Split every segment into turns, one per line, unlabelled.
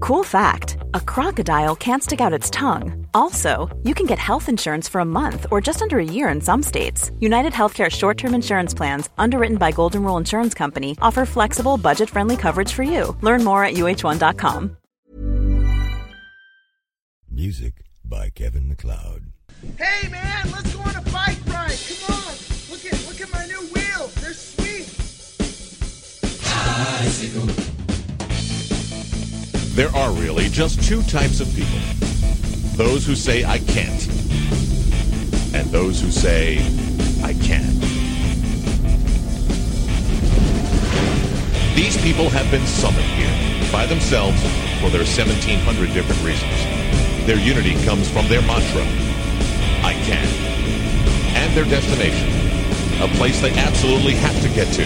Cool fact a crocodile can't stick out its tongue. Also, you can get health insurance for a month or just under a year in some states. United Healthcare short term insurance plans, underwritten by Golden Rule Insurance Company, offer flexible, budget friendly coverage for you. Learn more at uh1.com.
Music by Kevin McLeod.
Hey man, let's go on a bike ride. Come on. Look at look at my new wheels. They're sweet.
There are really just two types of people those who say, I can't, and those who say, I can. These people have been summoned here by themselves for their 1,700 different reasons. Their unity comes from their mantra, I can, and their destination, a place they absolutely have to get to.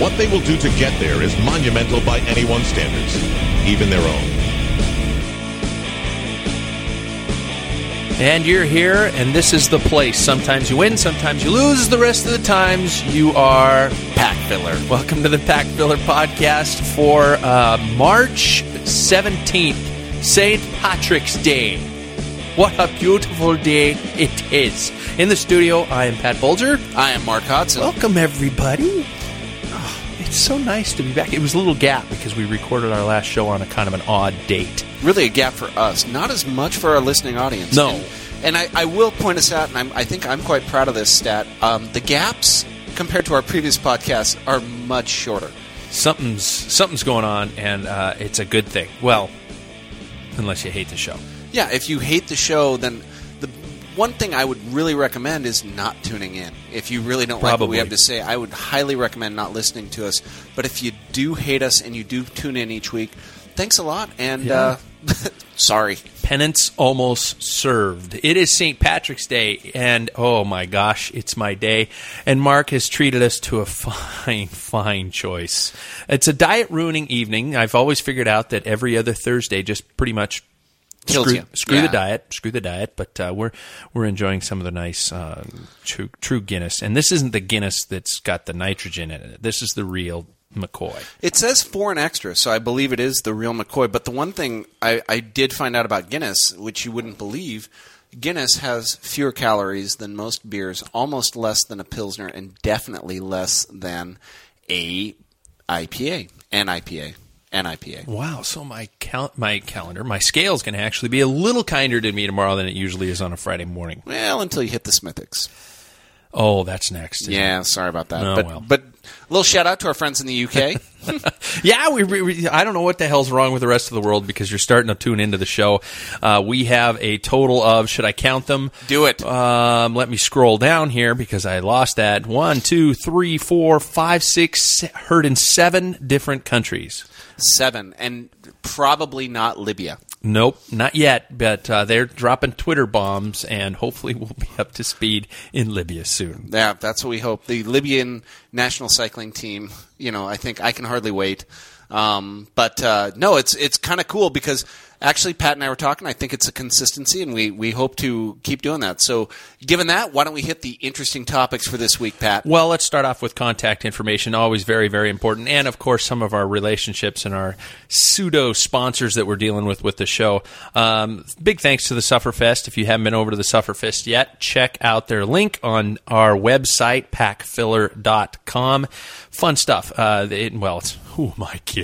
What they will do to get there is monumental by anyone's standards, even their own.
And you're here, and this is the place. Sometimes you win, sometimes you lose. The rest of the times you are Pack Filler. Welcome to the Pack Filler podcast for uh, March 17th, St. Patrick's Day. What a beautiful day it is. In the studio, I am Pat Bolger.
I am Mark Hodson.
Welcome, everybody. Oh, it's so nice to be back. It was a little gap because we recorded our last show on a kind of an odd date.
really a gap for us, not as much for our listening audience.
No.
And, and I, I will point us out, and I'm, I think I'm quite proud of this stat. Um, the gaps compared to our previous podcasts are much shorter.
something's something's going on, and uh, it's a good thing. Well, unless you hate the show.
Yeah, if you hate the show, then the one thing I would really recommend is not tuning in. If you really don't like what
Probably.
we have to say, I would highly recommend not listening to us. But if you do hate us and you do tune in each week, thanks a lot, and uh, sorry.
Penance almost served. It is St. Patrick's Day, and oh my gosh, it's my day. And Mark has treated us to a fine, fine choice. It's a diet ruining evening. I've always figured out that every other Thursday just pretty much
Kills
screw,
you.
screw the
Yeah.
diet, screw the diet. But uh, we're we're enjoying some of the nice uh, true, true Guinness, and this isn't the Guinness that's got the nitrogen in it. This is the real McCoy.
It says foreign extra, so I believe it is the real McCoy. But the one thing I, I did find out about Guinness, which you wouldn't believe, Guinness has fewer calories than most beers, almost less than a Pilsner, and definitely less than a IPA, an IPA, an IPA.
Wow. So my cal- my calendar, my scale's going to actually be a little kinder to me tomorrow than it usually is on a Friday morning.
Well, until you hit the Smithix.
Oh, that's next. isn't
Yeah, sorry about that.
Oh,
but,
well.
but a little shout out to our friends in the UK.
it? Yeah. We, we, we- I don't know what the hell's wrong with the rest of the world because you're starting to tune into the show. Uh, we have a total of, should I count them?
Do it.
Um, let me scroll down here because I lost that. One, two, three, four, five, six, se- heard in seven different countries.
Seven, and probably not Libya.
Nope, not yet, but uh, they're dropping Twitter bombs, and hopefully we'll be up to speed in Libya soon.
Yeah, that's what we hope. The Libyan national cycling team, you know, I think I can hardly wait. Um, but uh, no, it's it's kind of cool because actually Pat and I were talking. I think it's a consistency, and we we hope to keep doing that. So, given that, why don't we hit the interesting topics for this week, Pat?
Well, let's start off with contact information, always very, very important. And of course, some of our relationships and our pseudo sponsors that we're dealing with with the show. Um, big thanks to the Sufferfest. If you haven't been over to the Sufferfest yet, check out their link on our website, packfiller.com. Fun stuff. Uh, it, well, it's, who am I kidding?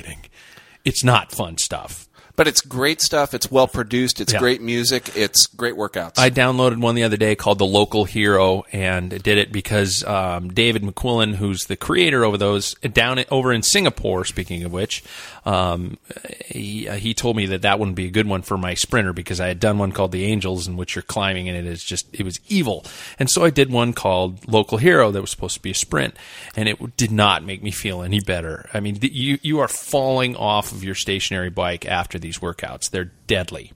it's not fun stuff.
But it's great stuff. It's well produced. It's
Yeah.
great music. It's great workouts.
I downloaded one the other day called The Local Hero and did it because um, David McQuillan, who's the creator over those down in- over in Singapore, speaking of which, um, he, uh, he told me that that wouldn't be a good one for my sprinter because I had done one called The Angels in which you're climbing and it is just it was evil. And so I did one called Local Hero that was supposed to be a sprint and it did not make me feel any better. I mean, th- you you are falling off of your stationary bike after these workouts. They're deadly.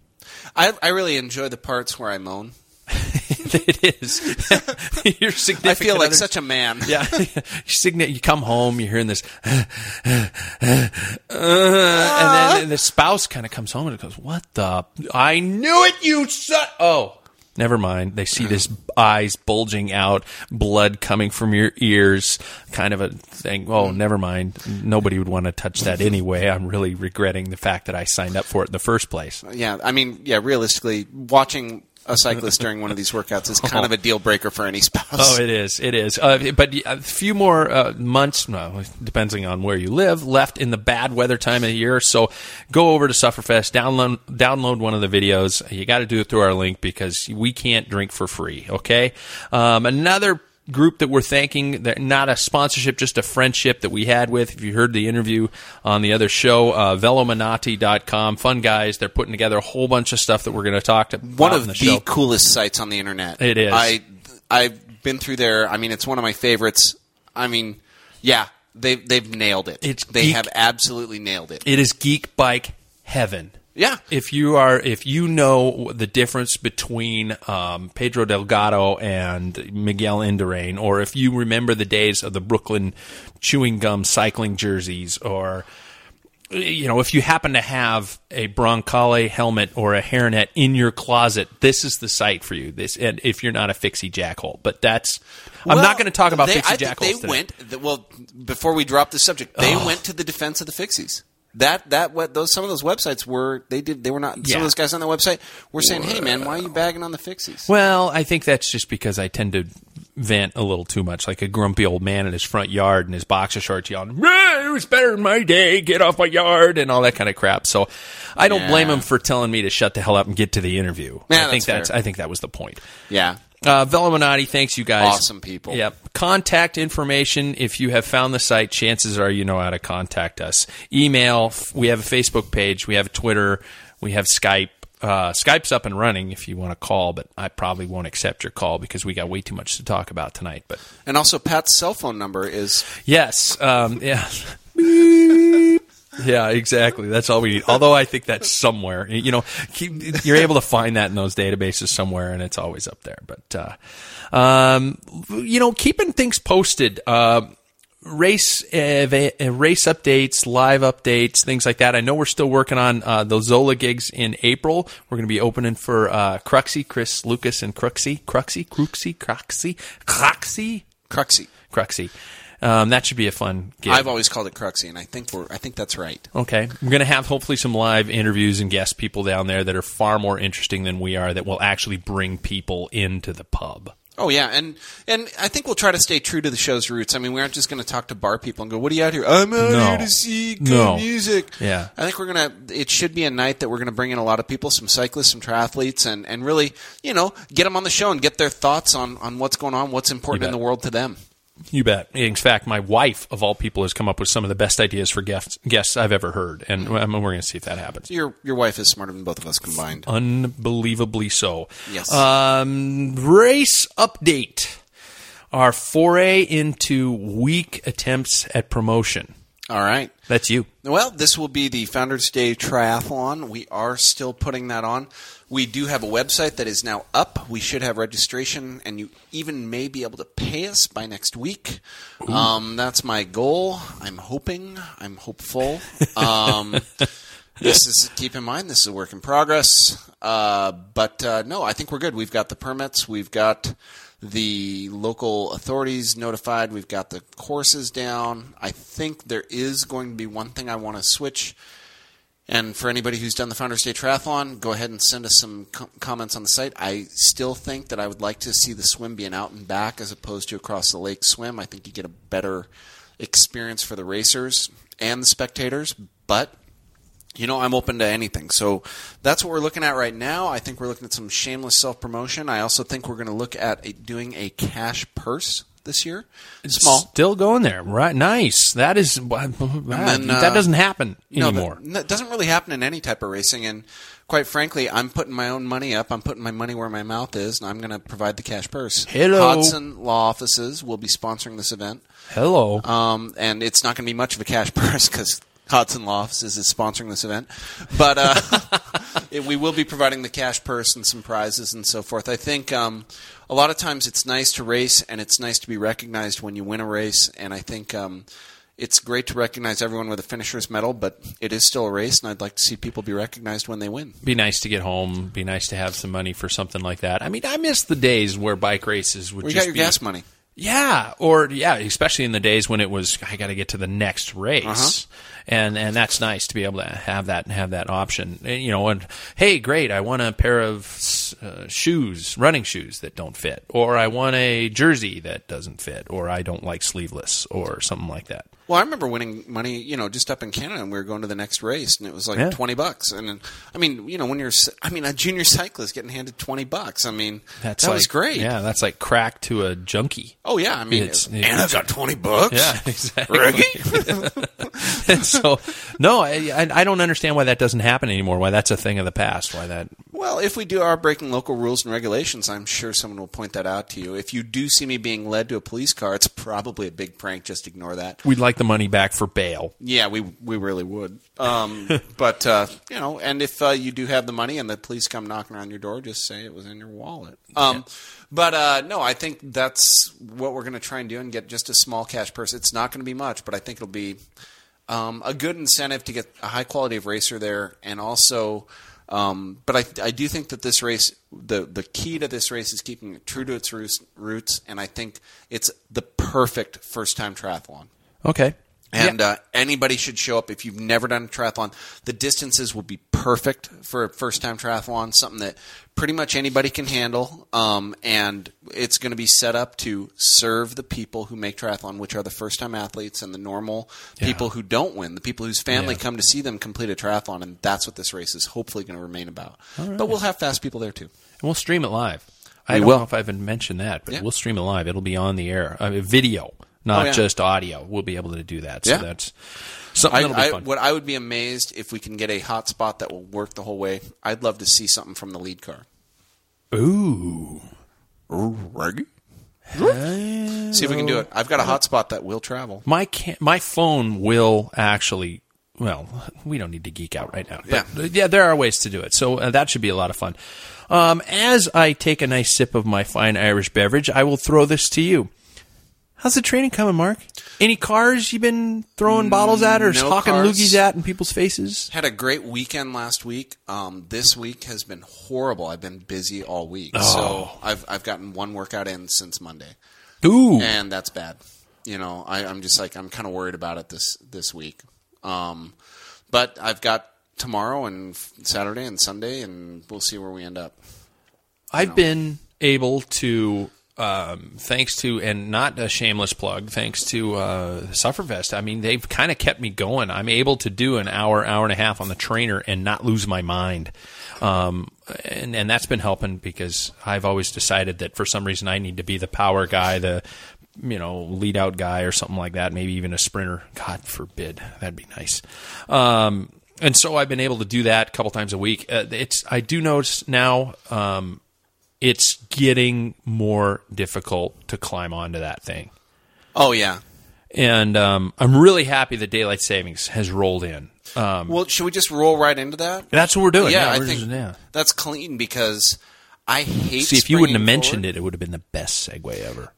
I, I really enjoy the parts where I moan.
it is. Your significant.
I feel like
other-
such a man.
Yeah. Your signi- you come home, you're hearing this, and then the spouse kind of comes home and goes, "What the? I knew it, you son." Oh, never mind. They see this eyes bulging out, blood coming from your ears, kind of a thing. Oh, never mind. Nobody would want to touch that anyway. I'm really regretting the fact that I signed up for it in the first place.
Yeah, I mean, yeah, realistically, watching a cyclist during one of these workouts is kind of a deal breaker for any spouse.
Oh, it is. It is. Uh, but a few more uh, months, no, depending on where you live, left in the bad weather time of the year. So go over to Sufferfest, download, download one of the videos. You got to do it through our link because we can't drink for free. Okay. Um, another group that we're thanking that not a sponsorship just a friendship that we had with if you heard the interview on the other show uh, velominati.com fun guys they're putting together a whole bunch of stuff that we're going to talk to
one
about
of
in
the,
show.
coolest sites on the internet.
It is.
I I've been through there. I mean, it's one of my favorites. I mean, yeah, they they've nailed it.
It's
they
geek-
have absolutely nailed it.
It is geek bike heaven.
Yeah.
If you are, if you know the difference between um, Pedro Delgado and Miguel Indurain, or if you remember the days of the Brooklyn chewing gum cycling jerseys, or you know, if you happen to have a Broncale helmet or a hairnet in your closet, this is the site for you. This, and if you're not a Fixie Jackhole, but that's, I'm
Well,
not going to talk about
they,
Fixie
I think
Jackholes.
They
today.
went th- well before we drop the subject. They went to the defense of the Fixies. That that what those some of those websites were they did they were not some
Yeah.
of those guys on the website were saying, hey man, why are you bagging on the Fixies?
Well, I think that's just because I tend to vent a little too much, like a grumpy old man in his front yard in his boxer shorts yelling, "Ah, "It was better in my day. Get off my yard!" and all that kind of crap. So, I don't blame him for telling me to shut the hell up and get to the interview.
Yeah,
I think
that's
that's,
fair.
I think that was the point.
yeah,
Uh, Velominati, thanks you guys.
Awesome people.
Yep. Contact information. If you have found the site, chances are you know how to contact us. Email. f- We have a Facebook page. We have a Twitter. We have Skype. Uh, Skype's up and running if you want to call, but I probably won't accept your call because we got way too much to talk about tonight. But
and also Pat's cell phone number is
yes, um, yeah, yeah, exactly. That's all we need. Although I think that's somewhere. You know, keep, you're able to find that in those databases somewhere, and it's always up there. But uh, um, you know, keeping things posted. Uh, race uh, va- uh, race updates, live updates, things like that. I know we're still working on uh, those Zola gigs in April. We're going to be opening for uh, Cruxy, Chris Lucas, and Cruxy, Cruxy, Cruxy, Cruxy, Cruxy,
Cruxy.
Cruxy. Um, that should be a fun gig.
I've always called it Cruxy, and I think we're I think that's right.
Okay. We're going to have hopefully some live interviews and guest people down there that are far more interesting than we are that will actually bring people into the pub.
Oh yeah, and and I think we'll try to stay true to the show's roots. I mean, we aren't just going to talk to bar people and go, "What are you out here?" I'm out
No.
here to see good
No.
music.
Yeah.
I think we're gonna. It should be a night that we're gonna bring in a lot of people, some cyclists, some triathletes, and and really, you know, get them on the show and get their thoughts on on what's going on, what's important
You
in
bet.
the world to them.
You bet. In fact, my wife, of all people, has come up with some of the best ideas for guests, guests I've ever heard. And I mean, we're going to see if that happens.
Your your wife is smarter than both of us combined.
Unbelievably so.
Yes.
Um, race update our foray into weak attempts at promotion.
All right.
That's you.
Well, this will be the Founders Day Triathlon. We are still putting that on. We do have a website that is now up. We should have registration, and you even may be able to pay us by next week. Um, that's my goal. I'm hoping. I'm hopeful. Um, this is keep in mind this is a work in progress uh, but uh, no i think we're good we've got the permits we've got the local authorities notified we've got the courses down i think there is going to be one thing i want to switch and for anybody who's done the Founders Day Triathlon, go ahead and send us some com- comments on the site. I still think that I would like to see the swim be an out and back as opposed to across the lake swim. I think you get a better experience for the racers and the spectators, but you know, I'm open to anything. So that's what we're looking at right now. I think we're looking at some shameless self promotion. I also think we're going to look at a, doing a cash purse this year. Small.
Still going there. Right. Nice. That is.
then, uh,
that doesn't happen
No, that-
anymore.
That, doesn't really happen in any type of racing. And quite frankly, I'm putting my own money up. I'm putting my money where my mouth is, and I'm going to provide the cash purse.
Hello.
Hodson Law Offices will be sponsoring this event.
Hello.
Um, and it's not going to be much of a cash purse because Hodson Law Offices is sponsoring this event. But uh, it, we will be providing the cash purse and some prizes and so forth. I think um, a lot of times it's nice to race and it's nice to be recognized when you win a race. And I think. Um, it's great to recognize everyone with a finisher's medal, but it is still a race, and I'd like to see people be recognized when they win.
be nice to get home. Be nice to have some money for something like that. I mean, I miss the days where bike races would
Where you
just
got your
be
gas money.
Yeah, or yeah, especially in the days when it was I got to get to the next race,
Uh-huh.
and and that's nice to be able to have that have that option. And, you know, and hey, great, I want a pair of uh, shoes, running shoes that don't fit, or I want a jersey that doesn't fit, or I don't like sleeveless, or something like that.
Well, I remember winning money, you know, just up in Canada, and we were going to the next race, and it was like
Yeah.
twenty bucks. And I mean, you know, when you're, s- I mean, a junior cyclist getting handed twenty bucks. I mean,
That's
that
like,
was great.
Yeah, that's like crack to a junkie.
Oh yeah, I mean,
It's-
it's, and I got twenty bucks.
Yeah, exactly.
Reggie?
And so no, I, I I don't understand why that doesn't happen anymore. Why that's a thing of the past. Why that
Well, if we do are breaking local rules and regulations, I'm sure someone will point that out to you. If you do see me being led to a police car, it's probably a big prank. Just ignore that.
we'd like the money back for bail.
Yeah, we we really would. Um, but uh, you know, and if uh, you do have the money and the police come knocking on your door, just say it was in your wallet. Um, But uh, no, I think that's what we're going to try and do and get just a small cash purse. It's not going to be much, but I think it'll be um, a good incentive to get a high quality of racer there, and also. Um, but I, I do think that this race, the the key to this race is keeping it true to its roots, roots, and I think it's the perfect first time triathlon.
Okay.
And uh, anybody should show up if you've never done a triathlon. The distances will be perfect for a first time triathlon, something that pretty much anybody can handle. Um, and it's going to be set up to serve the people who make triathlon, which are the first time athletes and the normal people who don't win, the people whose family
Yeah.
come to see them complete a triathlon. And that's what this race is hopefully going to remain about. But we'll have fast people there too.
And uh, we'll stream it live. I
We
don't
will.
know if I even mentioned that, but
Yeah.
we'll stream it live. It'll be on the air, I mean, video, not
Oh, yeah.
just audio. We'll be able to do that. So
Yeah.
that's something
I,
that'll be
I,
fun.
what I would be amazed if we can get a hot spot that will work the whole way. I'd love to see something from the lead car.
Ooh,
See if we can do it. I've got a hotspot that will travel.
my can- my phone will actually. Well, we don't need to geek out right now. But
Yeah.
yeah, there are ways to do it. So uh, that should be a lot of fun. Um, as I take a nice sip of my fine Irish beverage, I will throw this to you. How's the training coming, Mark? Any cars you've been throwing bottles at or
Mm, no
hawking
cars.
loogies at in people's faces?
Had a great weekend last week. Um, this week has been horrible. I've been busy all week, so I've I've gotten one workout in since Monday,
Ooh.
and that's bad. You know, I, I'm just like I'm kind of worried about it this this week. Um, but I've got tomorrow and f- Saturday and Sunday, and we'll see where we end up.
I've been able to, um, thanks to, and not a shameless plug, thanks to uh, Sufferfest. I mean, they've kind of kept me going. I'm able to do an hour, hour and a half on the trainer and not lose my mind. Um, and, and that's been helping because I've always decided that for some reason I need to be the power guy, the you know, lead out guy or something like that, maybe even a sprinter. God forbid. That'd be nice. Um, and so I've been able to do that a couple times a week. Uh, it's I do notice now um, it's getting more difficult to climb onto that thing.
Oh yeah.
And um, I'm really happy that daylight savings has rolled in. Um,
Well, should we just roll right into that?
that's what we're doing.
yeah, I
we're
think
just- yeah.
that's clean because I hate.
See, if you wouldn't have
springing forward.
mentioned it, it would have been the best segue ever.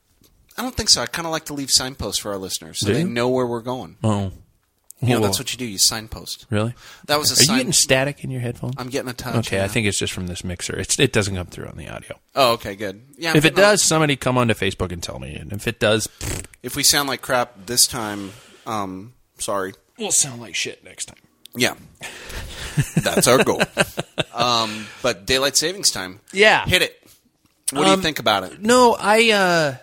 I don't think so. I kind of like to leave signposts for our listeners so
Do
they
you?
know where we're going.
Oh,
You know,
Well,
that's what you do. You signpost.
really?
That was
Are
a
you
sign-
getting static in your headphones?
I'm getting a touch.
Okay, I
yeah.
think it's just from this mixer. It's, it doesn't come through on the audio.
Oh, okay, good. Yeah. I'm
if it
getting a-
does, somebody come onto Facebook and tell me. And if it does,
if we sound like crap this time, um, sorry.
we'll sound like shit next time.
Yeah. That's our goal. um, but daylight savings time.
Yeah.
Hit it. What do you
Um,
think about it?
No, I uh,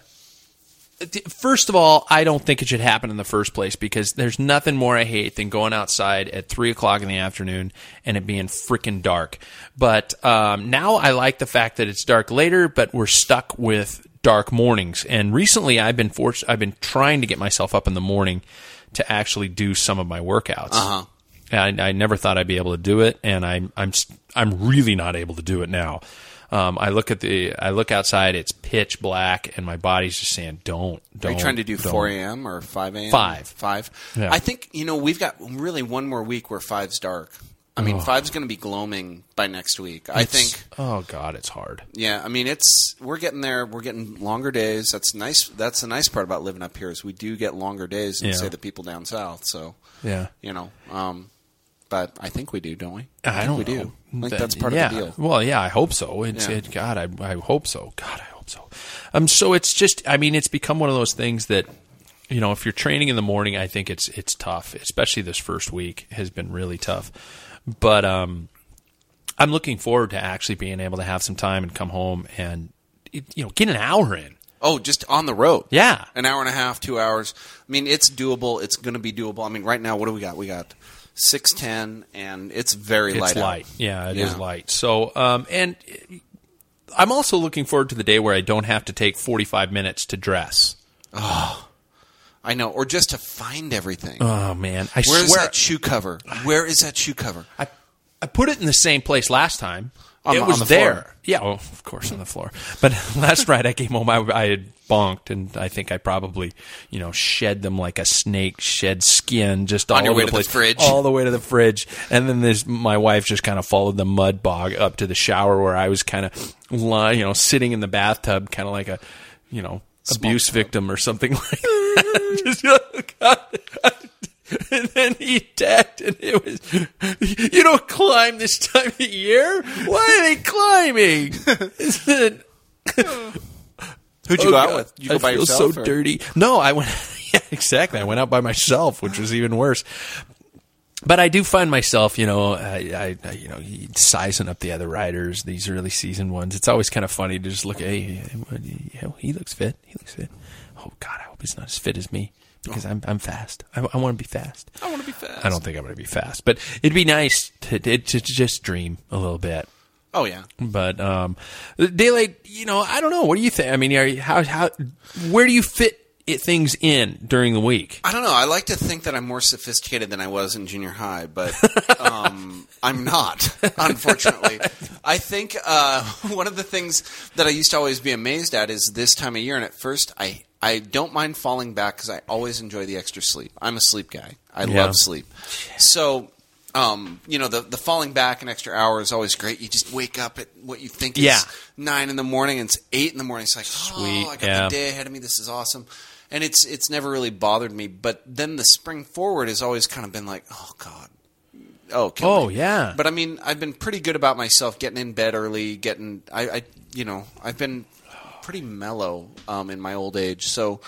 first of all, I don't think it should happen in the first place because there's nothing more I hate than going outside at three o'clock in the afternoon and it being freaking dark. But um, now I like the fact that it's dark later, but we're stuck with dark mornings. And recently, I've been forced. I've been trying to get myself up in the morning to actually do some of my workouts. Uh-huh. And I, I never thought I'd be able to do it, and I'm I'm s- I'm really not able to do it now. Um, I look at the I look outside; it's pitch black, and my body's just saying, "Don't, don't."
Are you trying to do
don't."
4 a.m. or 5 a.m.?
Five.
Five.
Yeah.
I think, you know, we've got really one more week where five's dark. I mean, five's going to be gloaming by next week. I
Oh. It's-
think,
Oh God, it's hard.
yeah, I mean, it's, we're getting there. We're getting longer days. That's nice. That's the nice part about living up here is we do get longer days than,
Yeah.
say, the people down south. So,
Yeah.
you know, um, but I think we do, don't we?
I,
think
don't
we do.
know.
I think
That-
that's part
yeah.
of the deal.
Well, yeah, I hope so. It's
Yeah.
it, God, I, I hope so. God, I hope so. Um, so it's just, I mean, it's become one of those things that, you know, if you're training in the morning, I think it's it's tough. Especially this first week has been really tough. But um, I'm looking forward to actually being able to have some time and come home and you know get an hour in.
Oh, just on the road.
Yeah.
An hour and a half, two hours. I mean, it's doable. It's going to be doable. I mean, right now, what do we got? We got 610, and it's very
It's
light.
light.
out.
Yeah, it is
Yeah.
light. So, um, and I'm also looking forward to the day where I don't have to take 45 minutes to dress.
I know. Or just to find everything.
Oh man, I
Where's
swear
that shoe cover? Where is that shoe cover?
I I put it in the same place last time.
On
it
the-
was
on the
there.
floor.
Yeah, well, Oh, of course on the floor. But last night I came home, I, I had bonked, and I think I probably you know shed them like a snake shed skin just
On
all
your
over
way
the
to the
place,
fridge.
all the way to the fridge. And then this my wife just kind of followed the mud bog up to the shower where I was kind of lying, you know, sitting in the bathtub, kind of like a you know. abuse victim or something like that. Just, oh, God and then he attacked, and it was, you don't climb this time of year. Why are they climbing? Who'd
Who'd you go out with? You go
I
by
feel
yourself?
so
or-
dirty. No, I went. Yeah, exactly. I went out by myself, which was even worse. But I do find myself, you know, I, I, I you know, sizing up the other riders, these early season ones. It's always kind of funny to just look. Hey, yeah, he looks fit. He looks fit. Oh God, I hope he's not as fit as me
Oh.
because I'm I'm fast. I, I want to be fast. I want to be fast. I don't think I'm going to be fast, but it'd be nice to, to to just dream a little bit.
Oh, yeah.
But um, daylight, you know, I don't know. What do you think? I mean, are you, how how where do you fit it, things in during the week?
I don't know. I like to think that I'm more sophisticated than I was in junior high, but um, I'm not, unfortunately. I think uh, one of the things that I used to always be amazed at is this time of year. And at first, I I don't mind falling back because I always enjoy the extra sleep. I'm a sleep guy. I
Yeah.
love sleep. So. Um, you know, the the falling back an extra hour is always great. You just wake up at what you think
Yeah.
is nine in the morning and it's eight in the morning. It's like, Sweet.
Sweet,
oh, I got
yeah.
the day ahead of me. This is awesome. And it's it's never really bothered me. But then the spring forward has always kind of been like, oh god, oh kill
Oh,
me.
yeah.
But I mean, I've been pretty good about myself, getting in bed early, getting I, I you know I've been pretty mellow um, in my old age. So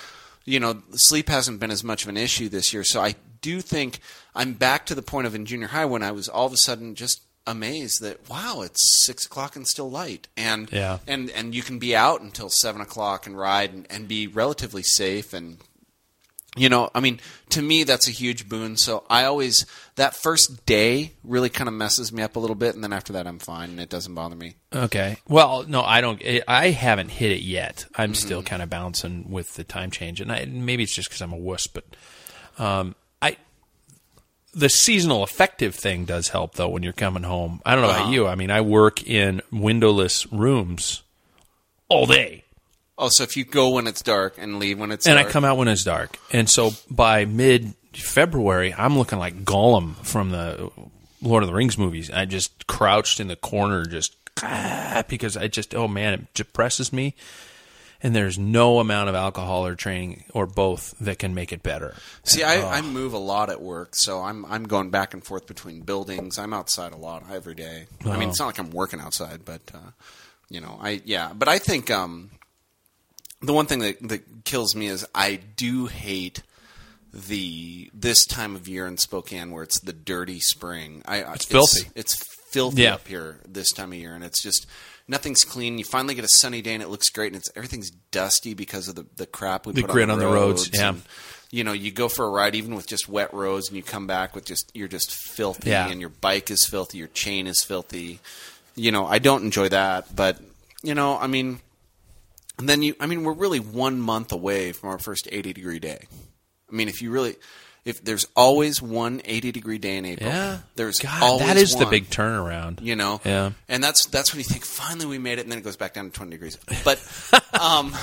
you know, sleep hasn't been as much of an issue this year. So I do think I'm back to the point of in junior high when I was all of a sudden just amazed that wow it's six o'clock and still light and
Yeah.
and and you can be out until seven o'clock and ride and, and be relatively safe and you know i mean to me that's a huge boon so i always that first day really kind of messes me up a little bit and then after that i'm fine and it doesn't bother me
Okay. Well, no, I don't. I- I haven't hit it yet. I'm still kind of bouncing with the time change, and I, maybe it's just because I'm a wuss. But um, I, the seasonal effective thing does help though when you're coming home. I don't know about you. I mean, I work in windowless rooms all day.
oh so if you go when it's dark and leave when it's
and
dark
I come out when it's dark. And so by mid February, I'm looking like Gollum from the Lord of the Rings movies. I just crouched in the corner, just ah, because I just oh man, it depresses me. And there's no amount of alcohol or training or both that can make it better.
see I, I move a lot at work so i'm i'm going back and forth between buildings i'm outside a lot every day i mean it's not like i'm working outside but uh, you know i yeah but i think um the one thing that that kills me is i do hate the this time of year in Spokane where it's the dirty spring. I, it's
filthy.
It's filthy
Yeah.
up here this time of year, and it's just nothing's clean. You finally get a sunny day, and it looks great, and it's everything's dusty because of the, the crap we
The
put
grit
on the,
on the roads, yeah.
and, you know, you go for a ride even with just wet roads, and you come back with just you're just filthy,
Yeah.
and your bike is filthy, your chain is filthy. You know, I don't enjoy that, but you know, I mean. And then you, I mean, we're really one month away from our first 80 degree day. I mean, if you really, if there's always one 80 degree day in April,
Yeah.
there's
God,
always
that is the
one,
big turnaround.
You know,
Yeah.
and that's that's when you think finally we made it, and then it goes back down to 20 degrees. But, um,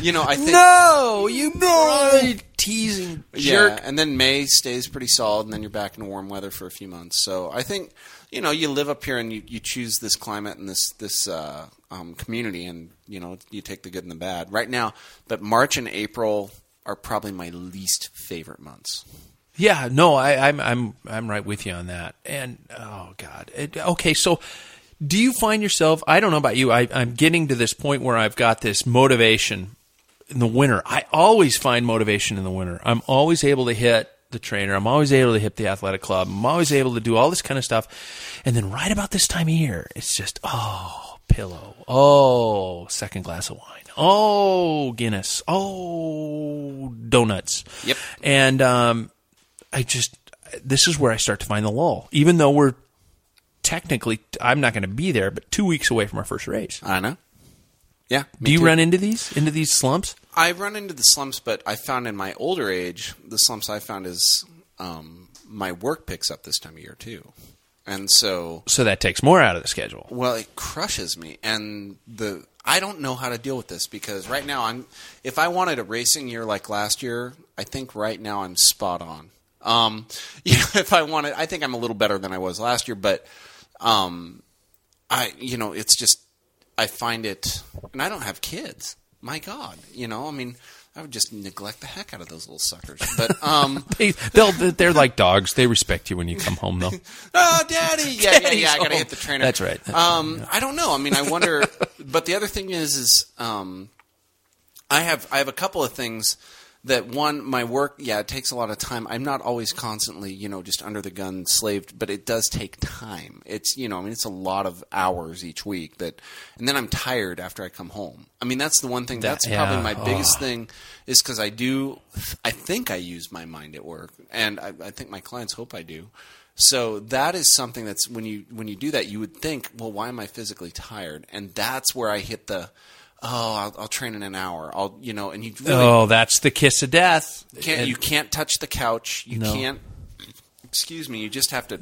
you know, I think
No, you know, teasing jerk.
yeah, and then May stays pretty solid, and then you're back in warm weather for a few months. So I think you know you live up here and you, you choose this climate and this this uh, um, community, and you know you take the good and the bad. Right now, but March and April are probably my least favorite months.
Yeah, no, I, I'm I'm I'm right with you on that. And oh god, It- okay, so do you find yourself? I don't know about you. I, I'm getting to this point where I've got this motivation in the winter. I always find motivation in the winter. I'm always able to hit the trainer. I'm always able to hit the athletic club. I'm always able to do all this kind of stuff. And then right about this time of year, it's just oh pillow, oh second glass of wine, oh Guinness, oh donuts.
Yep.
And um, I just this is where I start to find the lull. Even though we're technically, I'm not going to be there, but two weeks away from our first race.
I know. Yeah. Uh, me
Do you
too.
run into these into these slumps?
I run into the slumps, but I found in my older age, the slumps I found is um, my work picks up this time of year too, and so
So that takes more out of the schedule.
well it crushes me and the i don't know how to deal with this because right now i'm if i wanted a racing year like last year i think right now i'm spot on um you know, if i wanted i think i'm a little better than i was last year but um i you know it's just i find it and i don't have kids my god you know i mean i would just neglect the heck out of those little suckers but um
They, they'll they're like dogs. They respect you when you come home, though.
oh, daddy. Yeah, yeah,
Daddy's
yeah. I gotta
home.
hit the trainer.
That's right.
Um, I don't know. I mean, I wonder. but the other thing is, is um, I have I have a couple of things that one my work. Yeah, it takes a lot of time. I'm not always constantly, you know, just under the gun, slaved. But it does take time. It's you know, I mean, it's a lot of hours each week. That and then I'm tired after I come home. I mean, that's the one thing. That's probably
yeah.
my
Oh.
biggest thing is because I do, I think I use my mind at work, and I, I think my clients hope I do. So that is something that's when you when you do that, you would think, well, why am I physically tired? And that's where I hit the, oh, I'll, I'll train in an hour. I'll you know, and you really
Oh, that's the kiss of death.
can't
And-
you can't touch the couch. You
No.
can't. Excuse me. You just have to.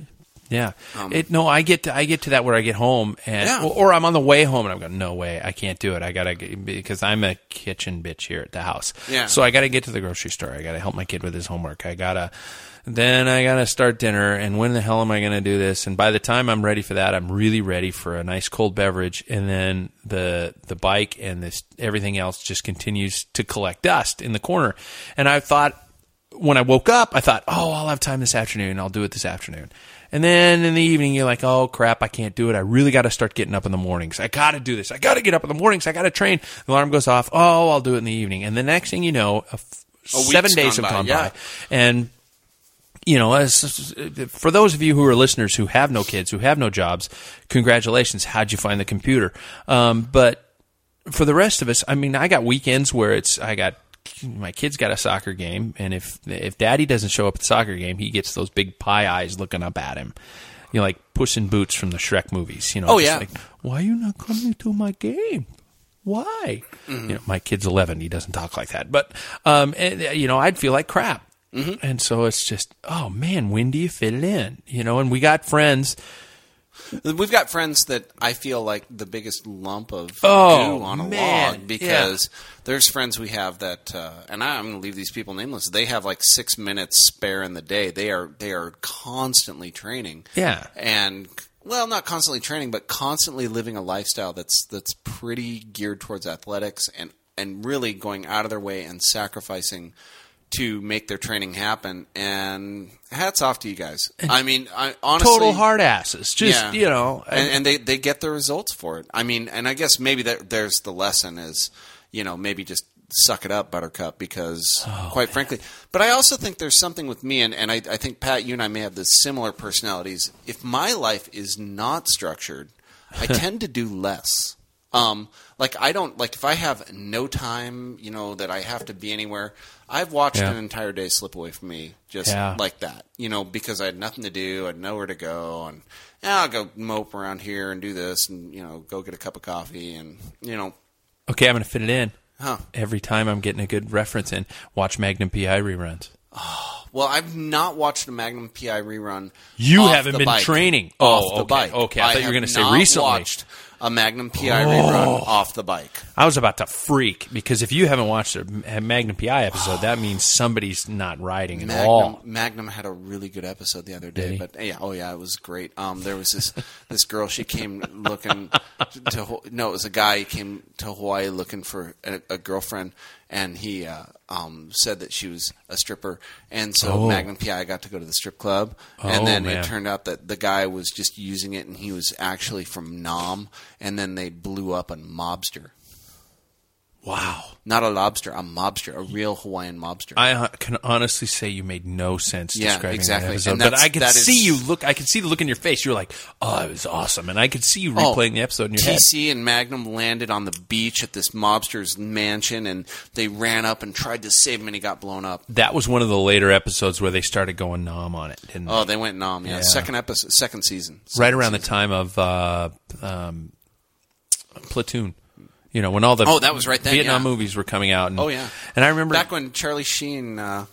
Yeah. it, no, I get to I get to that where I get home and
Um, Yeah.
or, or I'm on the way home and I'm going, no way, I can't do it. I gotta get, because I'm a kitchen bitch here at the house.
Yeah.
So I gotta get to the grocery store. I gotta help my kid with his homework. I gotta then I gotta start dinner. And when the hell am I gonna do this? And by the time I'm ready for that, I'm really ready for a nice cold beverage. And then the the bike and this everything else just continues to collect dust in the corner. And I thought when I woke up, I thought, oh, I'll have time this afternoon. I'll do it this afternoon. And then in the evening, you're like, oh, crap, I can't do it. I really got to start getting up in the mornings. I got to do this. I got to get up in the mornings. I got to train. The alarm goes off. Oh, I'll do it in the evening. And the next thing you know, a f-
A
seven
week's
days
gone
have
by,
gone
yeah.
by. And you know, as, for those of you who are listeners who have no kids, who have no jobs, congratulations. How'd you find the computer? Um, but for the rest of us, I mean, I got weekends where it's, I got, my kid's got a soccer game. And if, if daddy doesn't show up at the soccer game, he gets those big pie eyes looking up at him. You know, like Puss in Boots from the Shrek movies. You know,
Oh,
just
yeah.
like, why are you not coming to my game? Why?
Mm-hmm.
You know, my kid's 11. He doesn't talk like that. But, um, and, uh, you know, I'd feel like crap.
Mm-hmm.
And so it's just, oh man, when do you fit it in? You know, and we got friends.
We've got friends that I feel like the biggest lump of
Oh,
goo on a
man,
log because there's friends we have that, uh, and I, I'm going to leave these people nameless. They have like six minutes spare in the day. They are they are constantly training.
Yeah.
and well, not constantly training, but constantly living a lifestyle that's that's pretty geared towards athletics and and really going out of their way and sacrificing to make their training happen. And hats off to you guys. I mean, I honestly
Total hard asses. Just,
Yeah.
you know.
and, and they, they get the results for it. I mean, and I guess maybe that there's the lesson is, you know, maybe just suck it up, Buttercup, because
Oh,
quite frankly, but I also think there's something with me, and, and I, I think, Pat, you and I may have the similar personalities. If my life is not structured, I tend to do less. Um, like I don't like if I have no time, you know, that I have to be anywhere. I've watched
Yeah.
an entire day slip away from me just
Yeah.
like that, you know, because I had nothing to do, I had nowhere to go, and yeah, I'll go mope around here and do this, and you know, go get a cup of coffee, and you know,
Okay, I'm going to fit it in.
Huh.
Every time I'm getting a good reference in, watch Magnum PI reruns.
Well, I've not watched a Magnum PI rerun.
You
off
haven't
the
been
bike.
training
off
Oh,
the
okay,
bike.
okay. I thought you were
have
gonna say
not
recently. Oh.
Watched a Magnum PI rerun off the bike.
I was about to freak because if you haven't watched a Magnum PI episode, that means somebody's not riding at
Magnum,
all.
Magnum had a really good episode the other day, but yeah, oh yeah, it was great. Um, there was this this girl. She came looking to Ho- no, it was a guy. He came to Hawaii looking for a, a girlfriend, and he uh, um, said that she was a stripper, and so Magnum PI got to go to the strip club,
Oh,
and then
man.
it turned out that the guy was just using it, and he was actually from Nam, and then they blew up a mobster.
Wow.
Not a lobster, a mobster, a real Hawaiian mobster.
I uh, can honestly say you made no sense
Yeah,
describing
exactly.
that episode,
And
but
that's-
I could
that is-
see you look. I could see the look in your face. You're like, "Oh, it was awesome," and I could see you
Oh,
replaying the episode in your head.
TC and Magnum landed on the beach at this mobster's mansion, and they ran up and tried to save him, and he got blown up.
That was one of the later episodes where they started going nom on it, didn't
Oh, they went nom. Yeah,
Yeah.
second episode, second season.
they? Right around the time of uh, um, Platoon, you know, when all the
Oh, that was right then,
Vietnam
yeah.
movies were coming out. And,
Oh yeah,
and I remember
back when Charlie Sheen uh,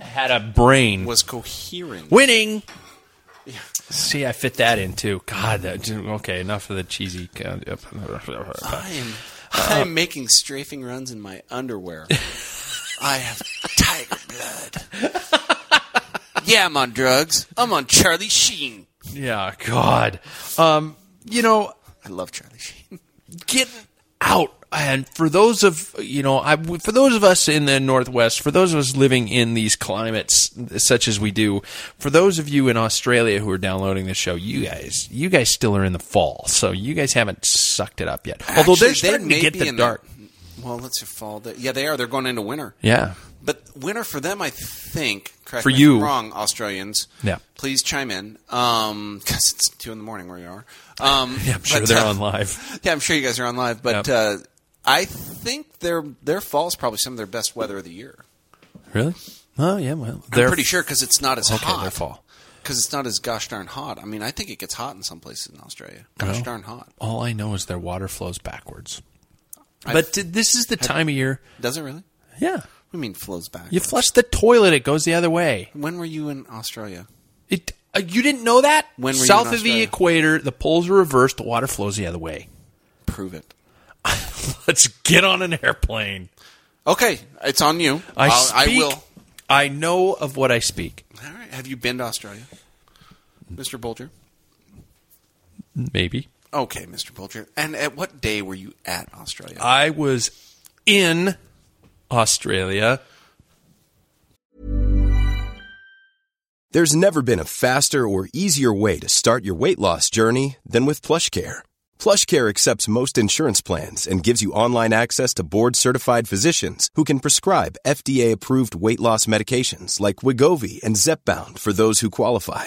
had a brain
was coherent.
winning. See, I fit that in too. God, that, okay, enough of the cheesy. uh,
I am, I am making strafing runs in my underwear. I have tiger blood. yeah, I'm on drugs. I'm on Charlie Sheen.
Yeah, God. Um, you know,
I love Charlie Sheen.
getting out. And for those of you know, I, for those of us in the Northwest, for those of us living in these climates such as we do, for those of you in Australia who are downloading this show, you guys, you guys still are in the fall, so you guys haven't sucked it up yet. Although
Actually,
they're starting
may
to get
be
the
in
dark.
well, let's see, fall. They- Yeah, they are. They're going into winter.
Yeah,
But winter for them, I think. Correct
For
me if
you.
I'm wrong, Australians.
Yeah.
Please chime in, because it's two in the morning where you are. Um,
yeah, I'm sure
but,
they're
uh,
on live.
Yeah, I'm sure you guys are on live. But
Yep.
uh, I think their their fall is probably some of their best weather of the year.
Really? Oh yeah, well,
I'm
they're
pretty sure because it's not as
okay.
hot.
Their fall.
Because it's not as gosh darn hot. I mean, I think it gets hot in some places in Australia. Gosh darn hot.
All I know is their water flows backwards.
I-
But th- this is the time of year.
Does it really?
Yeah,
We mean flows back.
you flush the toilet, it goes the other way.
when were you in Australia?
It, uh, you didn't know that?
When were you in
South of the
Australia?
equator, the poles are reversed, the water flows the other way.
Prove it.
Let's get on an airplane.
Okay, it's on you.
I
I'll-
speak,
I will.
I know of what I speak.
All right. Have you been to Australia, Mr. Bolger?
Maybe.
Okay, Mr. Bolger. And at what day were you at Australia?
I was in Australia.
There's never been a faster or easier way to start your weight loss journey than with PlushCare. PlushCare accepts most insurance plans and gives you online access to board-certified physicians who can prescribe FDA-approved weight loss medications like Wigovi and Zepbound for those who qualify.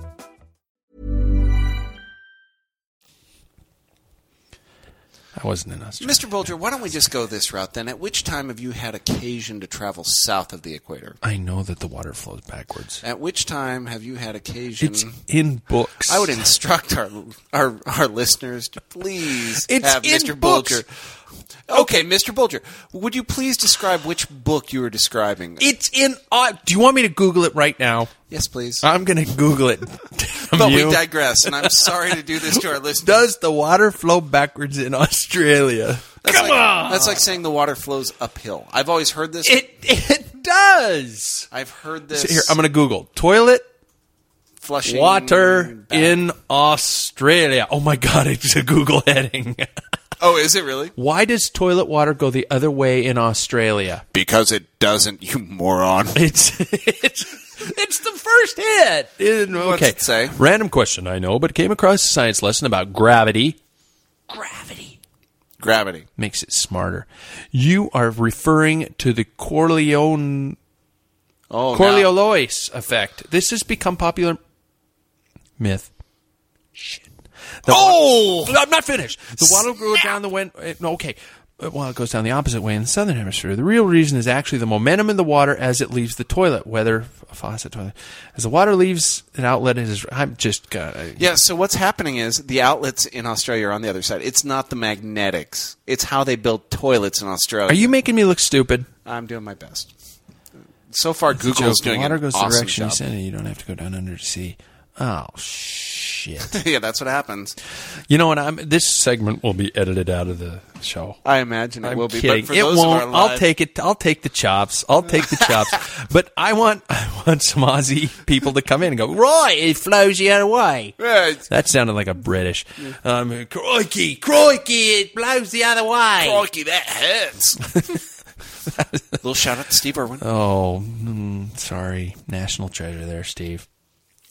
I wasn't in Australia.
Mr. Bulger, why don't we just go this route then? At which time have you had occasion to travel south of the equator?
I know that the water flows backwards.
At which time have you had occasion?
It's in books.
I would instruct our our, our listeners to please
It's
have
in
Mr.
books.
Bulger. Okay, Mr. Bulger, would you please describe which book you were describing?
It's in. Uh, do you want me to Google it right now?
yes, please.
I'm going to Google it. Damn
but
you.
we digress, and I'm sorry to do this to our listeners.
Does the water flow backwards in Australia?
that's Come like, on! That's like saying the water flows uphill. I've always heard this.
It it does.
I've heard this.
So here, I'm going to Google toilet
flushing
water
back.
in Australia. Oh my god, it's a Google heading.
Oh, is it really?
Why does toilet water go the other way in Australia?
Because it doesn't, you moron.
It's it's it's the first hit. In- okay.
What's it say?
Random question, I know, but came across a science lesson about gravity. Gravity
Gravity.
makes it smarter. You are referring to the Corleone
Oh, now-
Coriolis effect. This has become popular myth. Shit. The oh, I'm not finished. The water goes down the wind. eh, No, okay. Uh, Well, it goes down the opposite way in the southern hemisphere. The real reason is actually the momentum in the water as it leaves the toilet, whether a faucet toilet. As the water leaves an outlet, it is. I'm just. uh, God, I-
Yeah, so what's happening is the outlets in Australia are on the other side. It's not the magnetics. It's how they build toilets in Australia.
Are you making me look stupid?
I'm doing my best. So far, Google's
Joke. The
doing
water
an
goes the
awesome
direction
job.
you sent it. You don't have to go down under to see. Oh shit!
yeah, that's what happens.
you know what? I'm. This segment will be edited out of the show.
I imagine it
I'm
will be.
kidding.
But for
it
those
won't.
Of our
I'll
live-
take it. I'll take the chops. I'll take the chops. but I want I want some Aussie people to come in and go. Roy, it flows the other way.
Yeah,
That sounded like a British. Um, crikey, crikey, it blows the other way.
crikey, that hurts. Little shout out to Steve Irwin.
Oh, mm, sorry, national treasure there, Steve.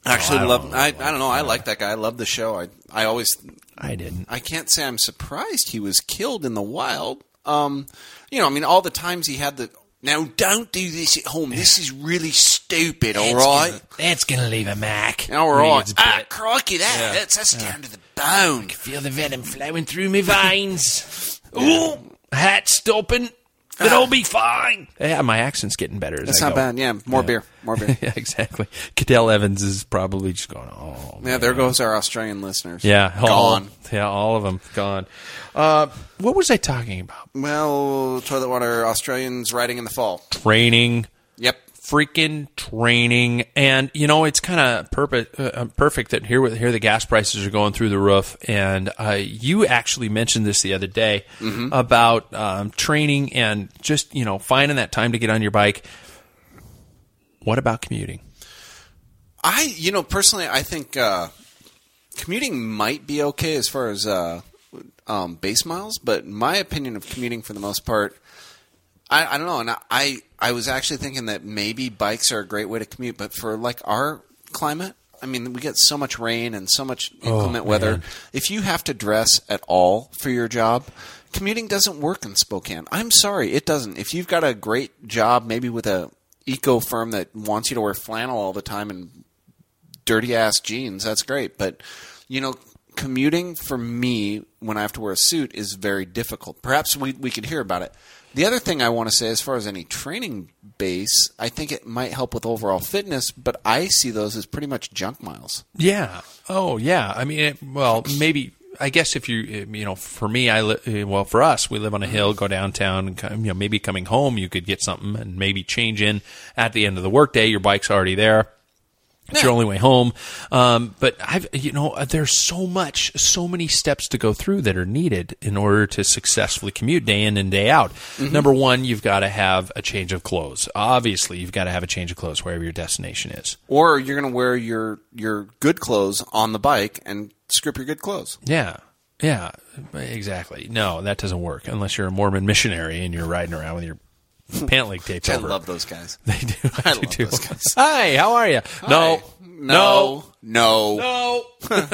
I actually
I
love.
don't
I, I don't know. I like that guy. I love the show. I I always.
I didn't.
I can't say I'm surprised he was killed in the wild. Um, you know, I mean, all the times he had the. Now don't do this at home. This is really stupid. All right.
That's gonna leave a mark.
all
Reads
right.
bit.
Ah, crikey, that hurts. That's down to the bone.
Feel the venom flowing through me veins. Ooh, hat stopping. It'll be fine. Ah. Yeah, my accent's getting better. As
That's
I
not
go.
bad. Yeah, more
Yeah.
beer. More beer.
yeah, exactly. Cadell Evans is probably just going, oh.
Yeah, there goes our Australian listeners.
Yeah, all-
gone.
yeah, all of them gone. Uh, what was I talking about?
Well, toilet water Australians riding in the fall.
Training,
Yep.
freaking training, and you know it's kind of perfect. Uh, uh, perfect that here, with- here the gas prices are going through the roof, and uh, you actually mentioned this the other day about um, training and just you know finding that time to get on your bike. What about commuting?
I, you know, personally, I think uh, commuting might be okay as far as uh, um, base miles, but my opinion of commuting for the most part, I, I don't know. And I, I was actually thinking that maybe bikes are a great way to commute, but for like our climate, I mean, we get so much rain and so much inclement weather. If you have to dress at all for your job, commuting doesn't work in Spokane. I'm sorry, it doesn't. If you've got a great job, maybe with a eco firm that wants you to wear flannel all the time and dirty ass jeans, that's great. But you know, commuting for me when I have to wear a suit is very difficult. Perhaps we we could hear about it. The other thing I want to say, as far as any training base, I think it might help with overall fitness, but I see those as pretty much junk miles.
Yeah. Oh, yeah. I mean, it, well, maybe. I guess if you, you know, for me, I li- eh, well, for us, we live on a hill, go downtown, and come, you know, maybe coming home, you could get something and maybe change in at the end of the workday. Your bike's already there. It's your only way home. Um, but I've, you know, uh, there's so much, so many steps to go through that are needed in order to successfully commute day in and day out. Number one, you've got to have a change of clothes. Obviously, you've got to have a change of clothes wherever your destination is.
Or you're going to wear your your good clothes on the bike and strip your good clothes.
Yeah. Yeah, exactly. No, that doesn't work unless you're a Mormon missionary and you're riding around with your pant leg taped
Hmm. I
over.
love those guys.
They do.
I
do
love
too.
those guys.
Hi, how are you? No,
no, no.
no. Uh,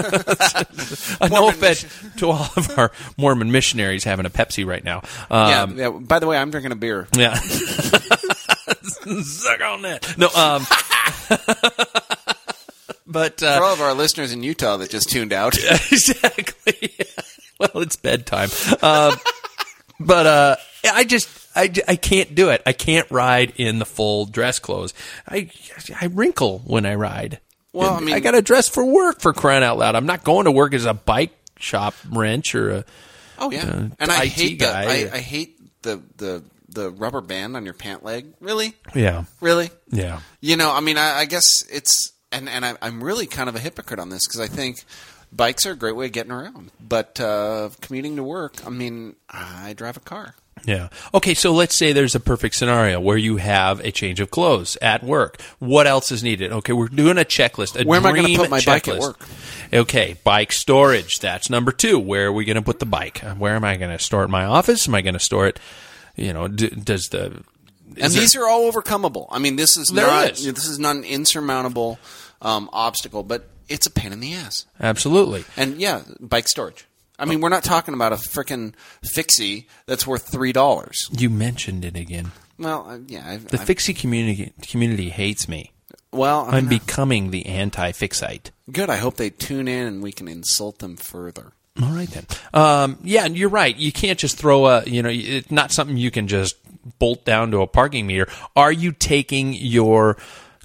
no
Mormon
offense to all of our Mormon missionaries having a Pepsi right now.
Yeah,
Um,
yeah. By the way, I'm drinking a beer.
yeah. Suck on that. No. Um, uh, but uh,
For all of our listeners in Utah that just tuned out.
exactly. well, it's bedtime. Uh, but uh, I just I, I can't do it. I can't ride in the full dress clothes. I I wrinkle when I ride.
Well,
And
I mean-
I got to dress for work for crying out loud. I'm not going to work as a bike shop wrench or a.
Oh yeah,
uh,
and I
IT
hate
guy.
that. I, I hate the the the rubber band on your pant leg. Really,
Yeah,
really.
yeah.
You know, I mean, I, I guess it's and and I, I'm really kind of a hypocrite on this because I think bikes are a great way of getting around, but uh, commuting to work, I mean, I drive a car.
Yeah. Okay, so let's say there's a perfect scenario where you have a change of clothes at work. What else is needed? Okay, we're doing a checklist. A
Where am I gonna
dream
put my bike at
checklist.
work?
Okay, bike storage. That's number two. Where are we going to put the bike? Uh, Where am I going to store it? In my office? Am I going to store it? You know, d- does the
and these are all overcomable. I mean, this is
There
not
is.
this is not an insurmountable um, obstacle, but it's a pain in the ass.
absolutely
And yeah, bike storage. I mean, we're not talking about a frickin' fixie that's worth three dollars.
you mentioned it again.
Well, uh, yeah, I've,
The
I've-
fixie community community hates me.
well, I
I'm
mean,
becoming the anti-fixite.
good. I hope they tune in and we can insult them further.
All right then. Um, yeah, and you're right. You can't just throw a. You know, it's not something you can just bolt down to a parking meter. Are you taking your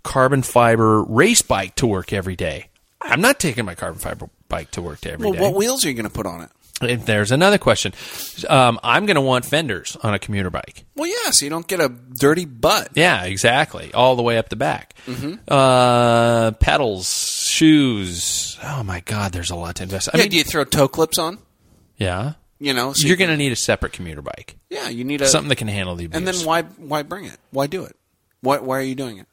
carbon fiber race bike to work every day? I'm not taking my carbon fiber bike to work every
Well,
day.
what wheels are you going to put on it?
If There's another question. Um, I'm going to want fenders on a commuter bike.
Well, yeah, so you don't get a dirty butt.
Yeah, exactly. All the way up the back.
Mm-hmm.
Uh, pedals, shoes. Oh my God, there's a lot to invest. I
yeah,
mean,
do you throw toe clips on?
yeah.
You know, so
You're
you-
going to need a separate commuter bike.
yeah, you need a
something that can handle the abuse.
And then why why bring it? Why do it? Why why are you doing it?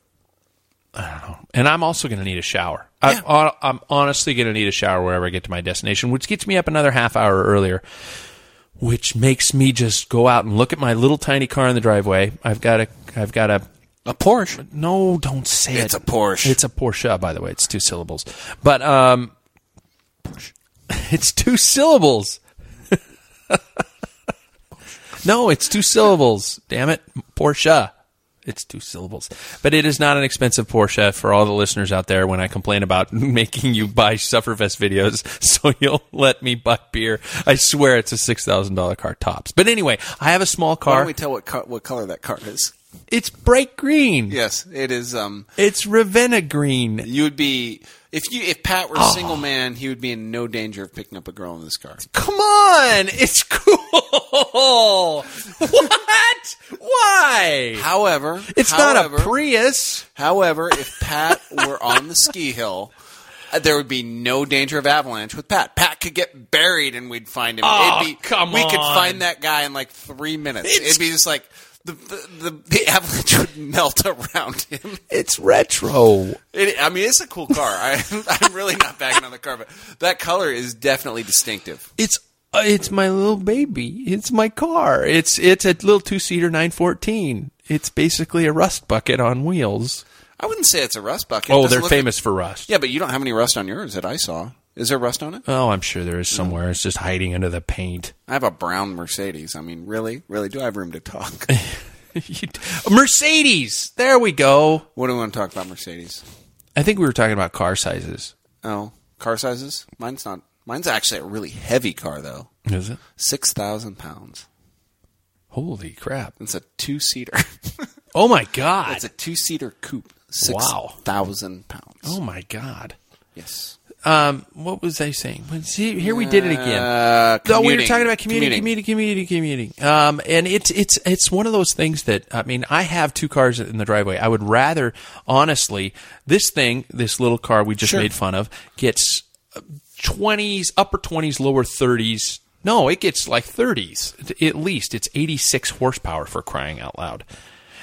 and I'm also going to need a shower.
Yeah.
I, I'm honestly going to need a shower wherever I get to my destination, which gets me up another half hour earlier, which makes me just go out and look at my little tiny car in the driveway. I've got a, I've got a.
A Porsche.
No, don't say
It's
it.
a Porsche.
It's a Porsche, Ah, by the way. It's two syllables, but um, it's two syllables. no, it's two syllables. Damn it, Porsche. It's two syllables, but it is not an expensive Porsche for all the listeners out there. When I complain about making you buy Sufferfest videos, so you'll let me buy beer, I swear it's a six thousand dollar car tops. But anyway, I have a small
Why
car.
don't we tell what car, what color that car is?
it's bright green.
Yes, it is. Um,
It's Ravenna green.
you would be if you if Pat were a single man, he would be in no danger of picking up a girl in this car.
Come on, it's cool. what? Why?
However,
It's
however,
not a Prius.
However, if Pat were on the ski hill, uh, there would be no danger of avalanche with Pat. Pat could get buried and we'd find him.
Oh,
It'd be,
come
we could
on.
find that guy in like three minutes.
It's-
It'd be just like the, the, the, the avalanche would melt around him.
It's retro.
It, I mean, it's a cool car. I, I'm really not backing on the car, but that color is definitely distinctive.
It's uh, it's my little baby. It's my car. It's it's a little two seater nine fourteen. It's basically a rust bucket on wheels.
I wouldn't say it's a rust bucket. It
Oh,
doesn't
they're
look like-
famous for rust.
yeah, but you don't have any rust on yours that I saw. Is there rust on it?
Oh, I'm sure there is somewhere. It's just hiding under the paint.
I have a brown Mercedes. I mean, really, really, do I have room to talk?
You- Mercedes. There we go.
What do we want to talk about, Mercedes?
I think we were talking about car sizes.
Oh, car sizes? Mine's not. Mine's actually a really heavy car, though.
Is it?
6,000 pounds.
Holy crap!
It's a two seater.
Oh my god!
it's a two seater coupe.
Wow.
6,000 pounds.
Oh my god.
yes.
Um, what was I saying? Well, See, here we did it again.
Uh,
No, we were
commuting.
talking about commuting, commuting,
Commuting.
commuting, commuting. Um, and it's it's it's one of those things that I mean, I have two cars in the driveway. I would rather, honestly, this thing, this little car we just made fun of, gets uh, twenties, upper twenties, lower thirties. No, it gets like thirties at least. It's eighty six horsepower for crying out loud.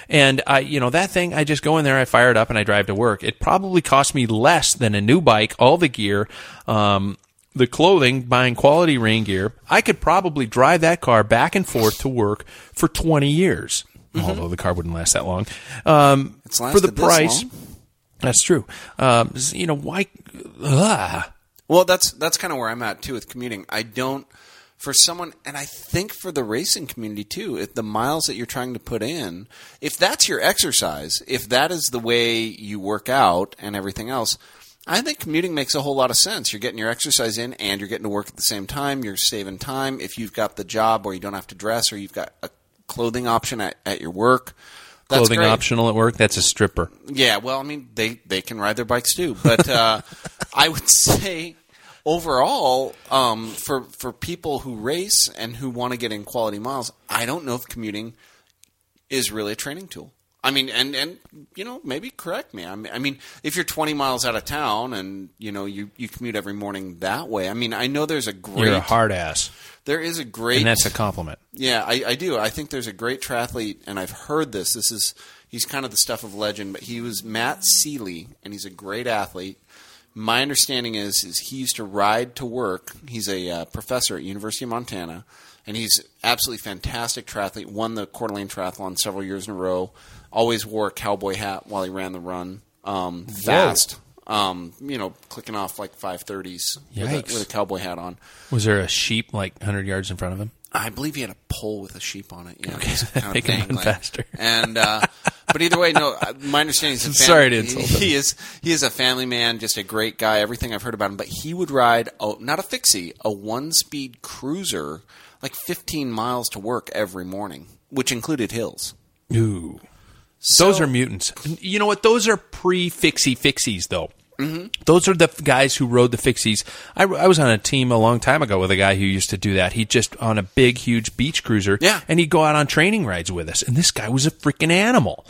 And I, you know, that thing, I just go in there, I fire it up, and I drive to work. It probably cost me less than a new bike, all the gear, um, the clothing, buying quality rain gear. I could probably drive that car back and forth to work for 20 years, although the car wouldn't last that long. Um,
It's
for
Mm-hmm. lasted
the
this
price,
long.
that's true. Um, s- you know, why? Ugh.
Well, that's that's kind of where I'm at too with commuting. I don't for someone, and I think for the racing community too. If the miles that you're trying to put in, if that's your exercise, if that is the way you work out and everything else, I think commuting makes a whole lot of sense. You're getting your exercise in and you're getting to work at the same time. You're saving time. If you've got the job where you don't have to dress or you've got a clothing option at, at your work, that's
Clothing
great.
optional at work. That's a stripper.
Yeah, well, I mean, they, they can ride their bikes too. But uh, I would say overall, um, for, for people who race and who want to get in quality miles, I don't know if commuting is really a training tool. I mean, and, and you know, maybe correct me. I mean, I mean, if you're 20 miles out of town and, you know, you, you commute every morning that way, I mean, I know there's a great.
You're a hard ass,
there is a great.
and that's a compliment.
Yeah, I, I do. I think there's a great triathlete, and I've heard this. This is he's kind of the stuff of legend, but he was Matt Seeley, and he's a great athlete. My understanding is is he used to ride to work. He's a uh, professor at University of Montana, and he's absolutely fantastic triathlete. Won the Coeur d'Alene Triathlon several years in a row. Always wore a cowboy hat while he ran the run. Um, fast, um, you know, clicking off like five thirties with, a-
Yikes.
with a cowboy hat on.
Was there a sheep like 100 yards in front of him?
I believe he had a pole with a sheep on it. Yeah, okay.
Make him run faster.
And uh, but either way, no. uh, My understanding is that
Sorry to insult
he, he is he is a family man, just a great guy. Everything I've heard about him, but he would ride a, not a fixie, a one-speed cruiser, like 15 miles to work every morning, which included hills.
Ooh. Those are mutants. You know what? Those are pre fixie fixies, though. Mm-hmm. Those are the f- guys who rode the fixies. I, I was on a team a long time ago with a guy who used to do that. He just on a big, huge beach cruiser.
Yeah.
And he'd go out on training rides with us. And this guy was a freaking animal.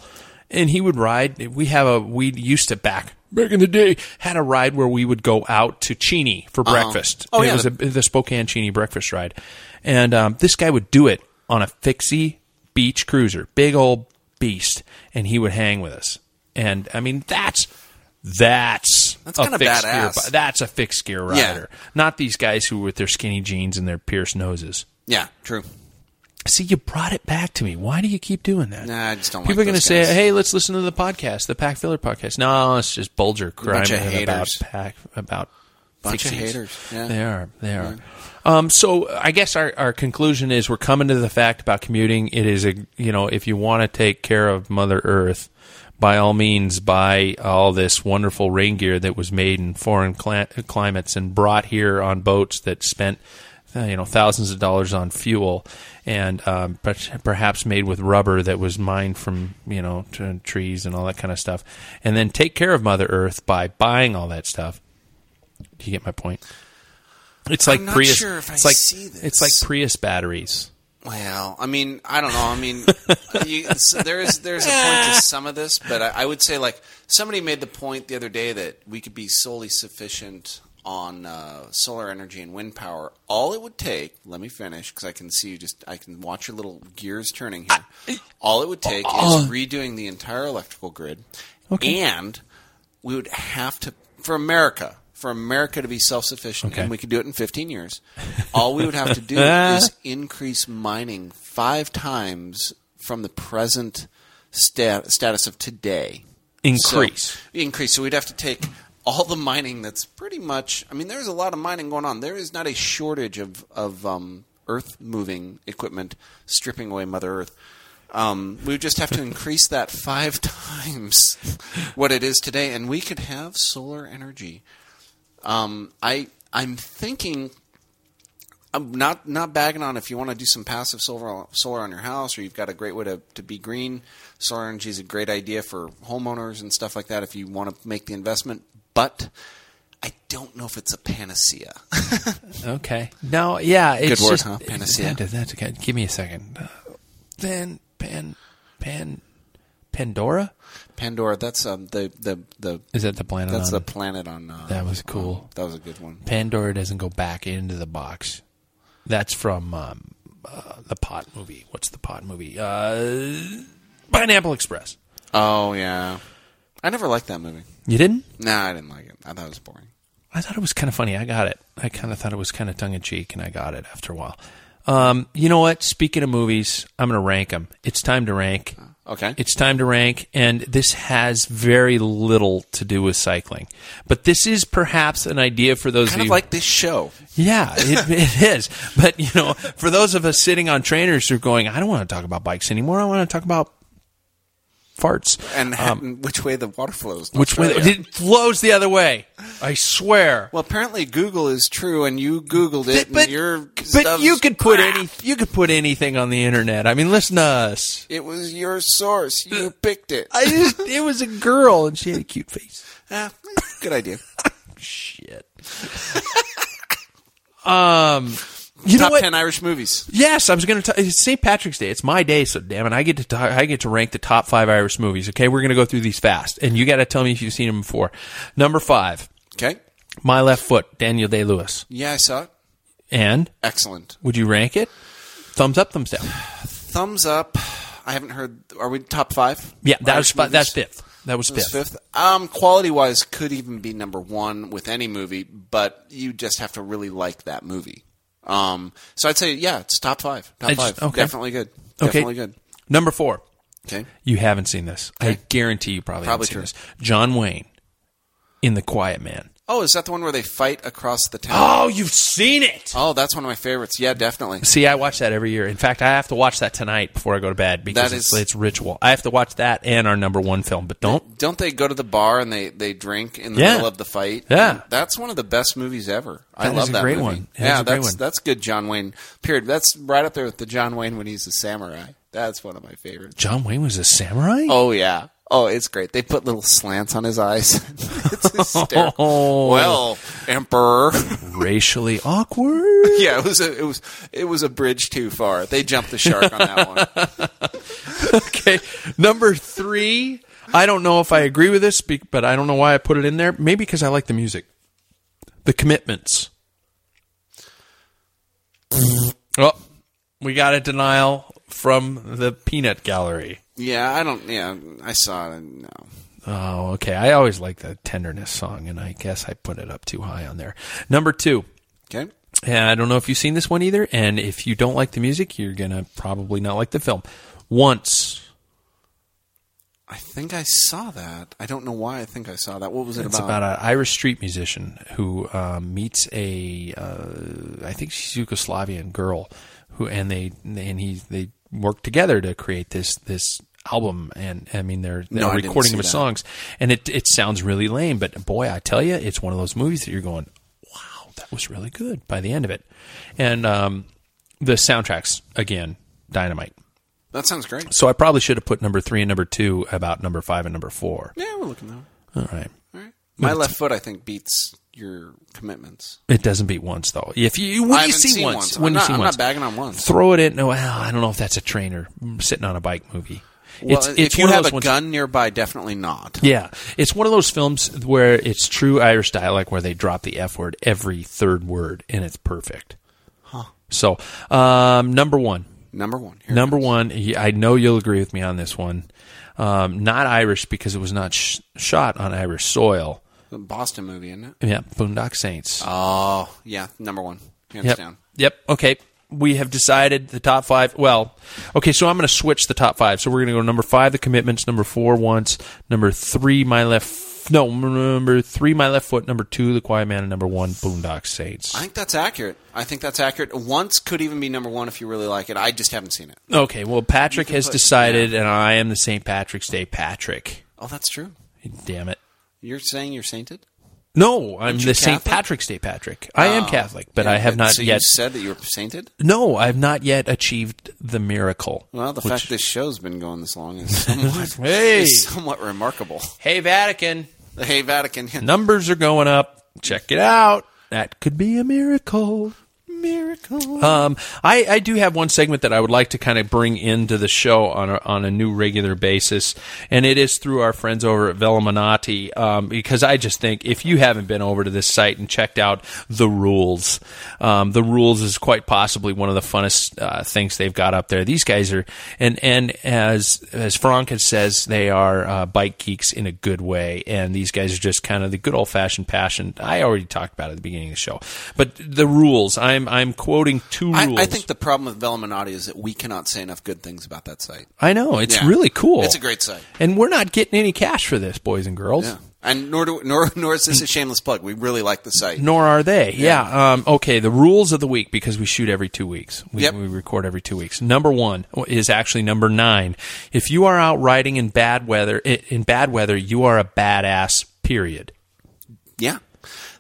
And he would ride. We have a, we used to back, back in the day, had a ride where we would go out to Cheney for breakfast.
Oh,
And
yeah,
It was a, the Spokane Cheney breakfast ride. And um, this guy would do it on a fixie beach cruiser, big old beast, and he would hang with us. And I mean, that's that's
That's
a
kinda
fixed
badass.
gear- that's a fixed gear
Yeah.
rider, not these guys who with their skinny jeans and their pierced noses.
Yeah, true.
See, you brought it back to me. Why do you keep doing that?
Nah, I just don't like
People are gonna
those
say,
guys.
"Hey, let's listen to the podcast, the Pack Filler podcast." No, it's just Bulger
bunch of
crying about
haters.
pack about
Bunch of
fixies.
haters, yeah.
They are. They are. Um, so I guess our, our conclusion is we're coming to the fact about commuting. It is a you know if you want to take care of Mother Earth, by all means buy all this wonderful rain gear that was made in foreign cli- climates and brought here on boats that spent uh, you know thousands of dollars on fuel and um, per- perhaps made with rubber that was mined from you know t- trees and all that kind of stuff, and then take care of Mother Earth by buying all that stuff. Do you get my point? It's like
I'm not
Prius.
sure if I
it's like
see this.
it's like Prius batteries.
Well, I mean, I don't know. I mean, you, so there is there's a point to some of this, but I, I would say like somebody made the point the other day that we could be solely sufficient on uh, solar energy and wind power. All it would take. Let me finish because I can see you just. I can watch your little gears turning here. All it would take is redoing the entire electrical grid, and we would have to for America. For America to be self-sufficient,
Okay.
and we could do it in 15 years. All we would have to do is increase mining five times from the present stat- status of today.
Increase.
So, increase. So we'd have to take all the mining that's pretty much. I mean, there's a lot of mining going on. There is not a shortage of of um, earth moving equipment stripping away Mother Earth. Um, we would just have to increase that five times what it is today, and we could have solar energy. Um, I I'm thinking I'm not not bagging on if you want to do some passive solar solar on your house or you've got a great way to, to be green. Solar energy is a great idea for homeowners and stuff like that if you want to make the investment. But I don't know if it's a panacea.
Okay. No. Yeah. It's
Good word,
just,
huh? Panacea.
That- that's okay. Give me a second. Uh, Then pan pan Pandora.
Pandora, that's um, the the the
Is that the planet?
that's
on?
the planet on. Uh,
That was cool.
that was a good one.
Pandora doesn't go back into the box. That's from um, uh, the pot movie. What's the pot movie? Uh, Pineapple Express.
Oh yeah, I never liked that movie.
You didn't?
Nah, I didn't like it. I thought it was boring.
I thought it was kind of funny. I got it. I kind of thought it was kind of tongue in cheek, and I got it after a while. Um, you know what? Speaking of movies, I'm going to rank them. It's time to rank.
Okay.
It's time to rank, and this has very little to do with cycling. But this is perhaps an idea for those
kind
of
of
you.
like this show.
Yeah, it, it is. But you know, for those of us sitting on trainers who are going, I don't want to talk about bikes anymore. I want to talk about farts.
and ha- which way the water flows. in
Um, Which way
Australia.
it flows the other way? I swear.
Well, apparently Google is true, and you Googled it,
Th- but
and your
but
stuff's
you could put
crap.
any you could put anything on the internet. I mean, listen to us.
It was your source. You picked it.
Uh, I just it was a girl and she had a cute face.
Ah, good idea.
Shit. um, you know
Top
what?
ten Irish movies.
Yes, I was going to. It's St. Patrick's Day. It's my day, so damn it, I get to talk, I get to rank the top five Irish movies. Okay, we're going to go through these fast, and you got to tell me if you've seen them before. Number five,
Okay.
My Left Foot, Daniel Day Lewis,
Yeah, I saw it.
and
Excellent.
would you rank it? Thumbs up, thumbs down.
Thumbs up. I haven't heard. Are we top five?
Yeah, that was
Irish
fi-
movies?
that's fifth. That was
That was
fifth.
fifth. Um, quality wise, could even be number one with any movie, but you just have to really like that movie. Um, so I'd say yeah, it's top five. Top
I just-
five.
okay.
Definitely good.
Okay.
Definitely good.
Number four,
Okay.
you haven't seen this. I guarantee you probably,
Probably
haven't seen
true.
this. John Wayne in The Quiet Man.
Oh, is that the one where they fight across the town?
Oh, you've seen it.
Oh, that's one of my favorites. Yeah, definitely.
See, I watch that every year. In fact, I have to watch that tonight before I go to bed because
That
it's,
is-
it's ritual. I have to watch that and our number one film, but don't.
Don't they go to the bar and they, they drink in the
Yeah.
middle of the fight?
Yeah.
that's one of the best movies ever. I
That is
love
a
that
great
movie.
one. That
Yeah,
is a great
that's
one.
that's good. John Wayne period. That's right up there with the John Wayne when he's a samurai. That's one of my favorites.
John Wayne was a samurai?
Oh yeah. Oh, it's great. They put little slants on his eyes. it's
Oh.
hysterical. Well, Emperor.
Racially awkward?
yeah, it was a it was it was a bridge too far. They jumped the shark on that one.
okay. Number three, I don't know if I agree with this, be- but I don't know why I put it in there. Maybe because I like the music. The commitments. oh, we got a denial from the peanut gallery.
Yeah, I don't. Yeah, I saw it. and No,
Oh, okay. I always like the tenderness song, and I guess I put it up too high on there. Number two.
okay.
And I don't know if you've seen this one either, and if you don't like the music, you're gonna probably not like the film. Once
I think I saw that. I don't know why I think I saw that. What was it
it's
about?
about an Irish street musician who um, meets a, uh, I think she's Yugoslavian girl, who and they and he they work together to create this this album, and I mean they're, they're
No, I didn't
recording
see
of his
that.
songs, and it it sounds really lame, but boy, I tell you, it's one of those movies that you're going, wow, that was really good by the end of it, and um, the soundtracks again, dynamite.
that sounds great.
So I probably should have put number three and number two about number five and number four.
Yeah, we're looking though.
All right.
All right. My left foot, I think, beats your commitments.
It doesn't beat once though. If you when
I
you
haven't
see
seen
once,
Once.
when
I'm
you
not-
see
I'm not
once,
bagging on Once.
Throw it in. Well, I don't know if that's a trainer sitting on a bike movie.
Well,
it's,
if
it's
you
one of
have
those
a
ones-
gun nearby, definitely not.
Yeah, it's one of those films where it's true Irish dialect where they drop the f word every third word and it's perfect. Huh. So um, number one,
Number one. Here it
number
comes.
one. y- I know you'll agree with me on this one. Um, not Irish because it was not sh- shot on Irish soil.
The Boston movie, isn't it?
Yeah, Boondock Saints.
Oh, yeah. Number one. Hands
yep.
down.
Yep. Okay. We have decided the top five. Well, okay. So I'm going to switch the top five. So we're going to go number five, the commitments. Number four, once. Number three, my left. No, number three, my left foot. Number two, the Quiet Man, and number one, Boondock Saints.
I think that's accurate. I think that's accurate. Once could even be number one if you really like it. I just haven't seen it.
Okay. Well, Patrick has
put-
decided, and I am the St. Patrick's Day Patrick.
Oh, that's true.
Damn it.
You're saying you're sainted?
No, I'm
you
the St.
Catholic? Oh.
Patrick's Day Patrick. I am Catholic, but
Yeah,
I have not
so
yet.
You said that you were sainted?
no, I've not yet achieved the miracle.
Well, the
which-
fact this show's been going this long is somewhat,
Hey.
is somewhat remarkable.
hey, Vatican.
Hey, Vatican.
numbers are going up. Check it out. That could be a miracle. Miracle. Um, I, I do have one segment that I would like to kind of bring into the show on a, on a new regular basis, and it is through our friends over at Velominati. Um, because I just think if you haven't been over to this site and checked out the rules, um, the rules is quite possibly one of the funnest uh, things they've got up there. These guys are, and and as as Franck has says, they are uh, bike geeks in a good way, and these guys are just kind of the good old fashioned passion. I already talked about it at the beginning of the show, but the rules. I'm I'm quoting two
I,
rules.
I think the problem with Velominati is that we cannot say enough good things about that site.
I know it's
Yeah.
really cool.
It's a great site.
and we're not getting any cash for this, boys and girls.
Yeah. And nor do, nor nor is this a shameless plug. We really like the site.
Nor are they. Yeah. Um, okay. The rules of the week because we shoot every two weeks. We,
Yep.
we record every two weeks. Number one is actually number nine. If you are out riding in bad weather, i- in bad weather, you are a badass. Period.
Yeah.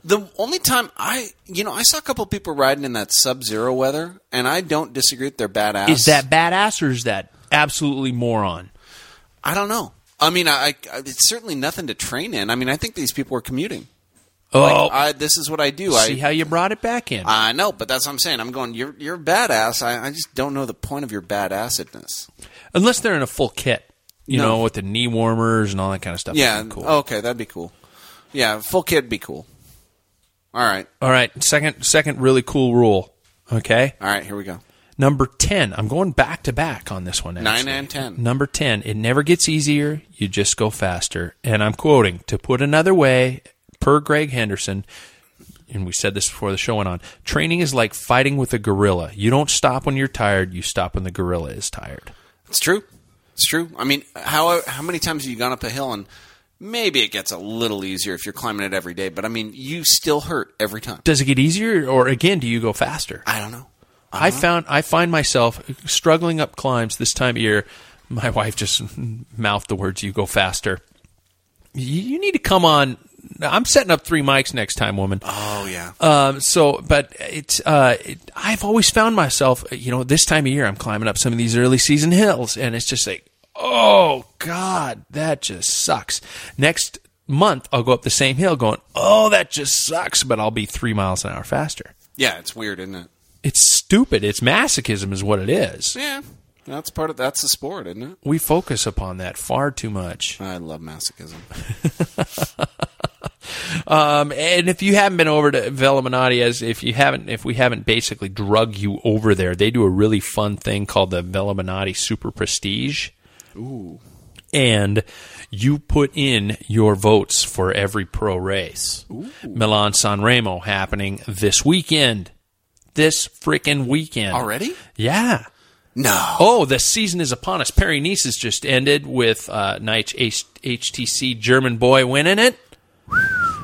The only time I, you know, I saw a couple people riding in that sub-zero weather, and I don't disagree that they're badass.
Is that badass or is that absolutely moron?
I don't know. I mean, I, I it's certainly nothing to train in. I mean, I think these people are commuting.
Oh,
Like, I, this is what I do.
see
I,
how you brought it back in.
I know, but that's what I'm saying. I'm going. You're you're a badass. I, I just don't know the point of your badassedness.
Unless they're in a full kit, you
No.
know, with the knee warmers and all that kind of stuff.
Yeah. Oh.
That'd be Cool.
Okay, that'd be cool. Yeah, full kid'd be cool. All right.
All right. Second, second really cool rule. Okay.
All right. Here we go.
Number 10. I'm going back to back on this one.
Nine
actually.
and 10.
Number 10. It never gets easier. You just go faster. And I'm quoting to put another way, per Greg Henderson, and we said this before the show went on training is like fighting with a gorilla. You don't stop when you're tired, you stop when the gorilla is tired.
It's true. It's true. I mean, how how many times have you gone up a hill and maybe it gets a little easier if you're climbing it every day, but I mean, you still hurt every time.
Does it get easier, or again, do you go faster?
I don't know.
I found I find myself struggling up climbs this time of year. My wife just mouthed the words, "You go faster." You, you need to come on. I'm setting up three mics next time, woman.
Oh yeah.
Um, so, but it's uh, it, I've always found myself, you know, this time of year, I'm climbing up some of these early season hills, and it's just like, oh god, that just sucks. Next month, I'll go up the same hill, going, oh, that just sucks, but I'll be three miles an hour faster.
Yeah, it's weird, isn't it?
It's stupid. It's masochism, is what it is.
Yeah. That's part of that's the sport, isn't it?
We focus upon that far too much.
I love masochism.
Um, and if you haven't been over to Vela Menades, if you haven't, if we haven't basically drug you over there, they do a really fun thing called the Vela Menade Super Prestige. Ooh. And you put in your votes for every pro race. Milan San Remo happening this weekend. This freaking weekend.
Already?
Yeah.
No.
Oh, the season is upon us. Perry Nice has just ended with uh, Nige H- HTC German boy winning it.